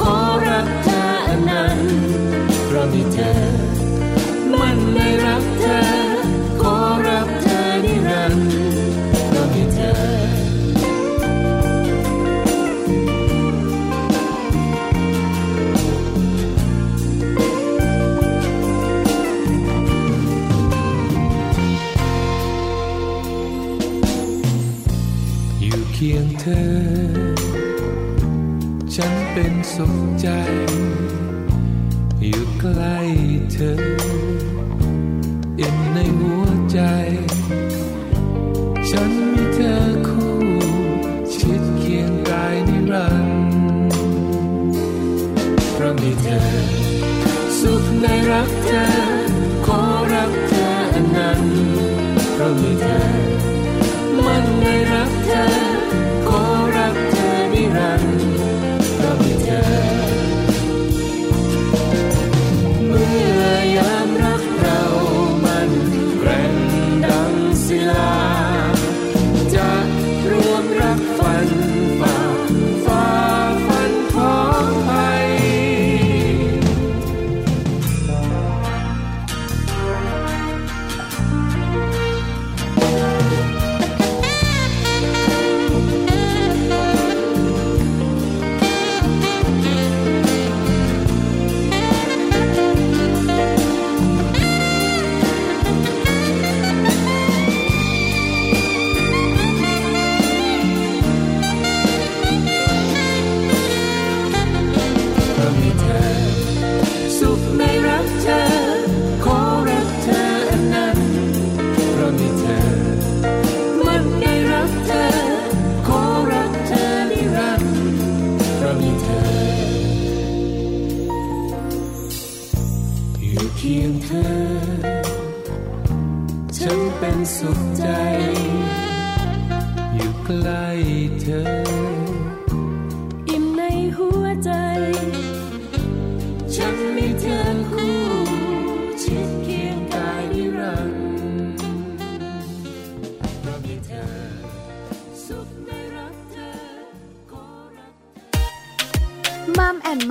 S4: ขอรักเธออนันต์เพราะมีเธอ มันได้รักเธอ ขอรับเธอนิรันดร์ก็มีเธอ
S6: อยู่เคียงเธอ ฉันเป็นสุขใจ อยู่ใกล้เธออิ่มในหัวใจ ฉันมีเธอคู่ชิดเคียงกายนิรันดร์เพราะมีเธอ สุขในรักเธอ ขอรักเธออันนั้นเพราะมีเธอ มันได้รักเธอ ขอรักเธอนิรันดร์เพราะมีเธอ เมื่อยามรักเรามันแกร่งดังศิลา จะรวมรักฝันฝ่าฝ่าฟันท้องไป เพราะมีเธอ สุขในรักเธอ ขอรักเธออันนั้นเพราะมีเธอ มันได้รักเธอ ขอรักเธอนิรันดร์เพราะมีเธอ อยู่เคียงเธอ ฉันเป็นสุขใจ อยู่ใกล้เธอ
S4: อิ่มในหัวใจ ฉันมีเธอคู่ชิดเคียงกายนิรันดร์เพราะมีเธอ สุขในรักเธอ ขอรัก
S7: มัมแอนเ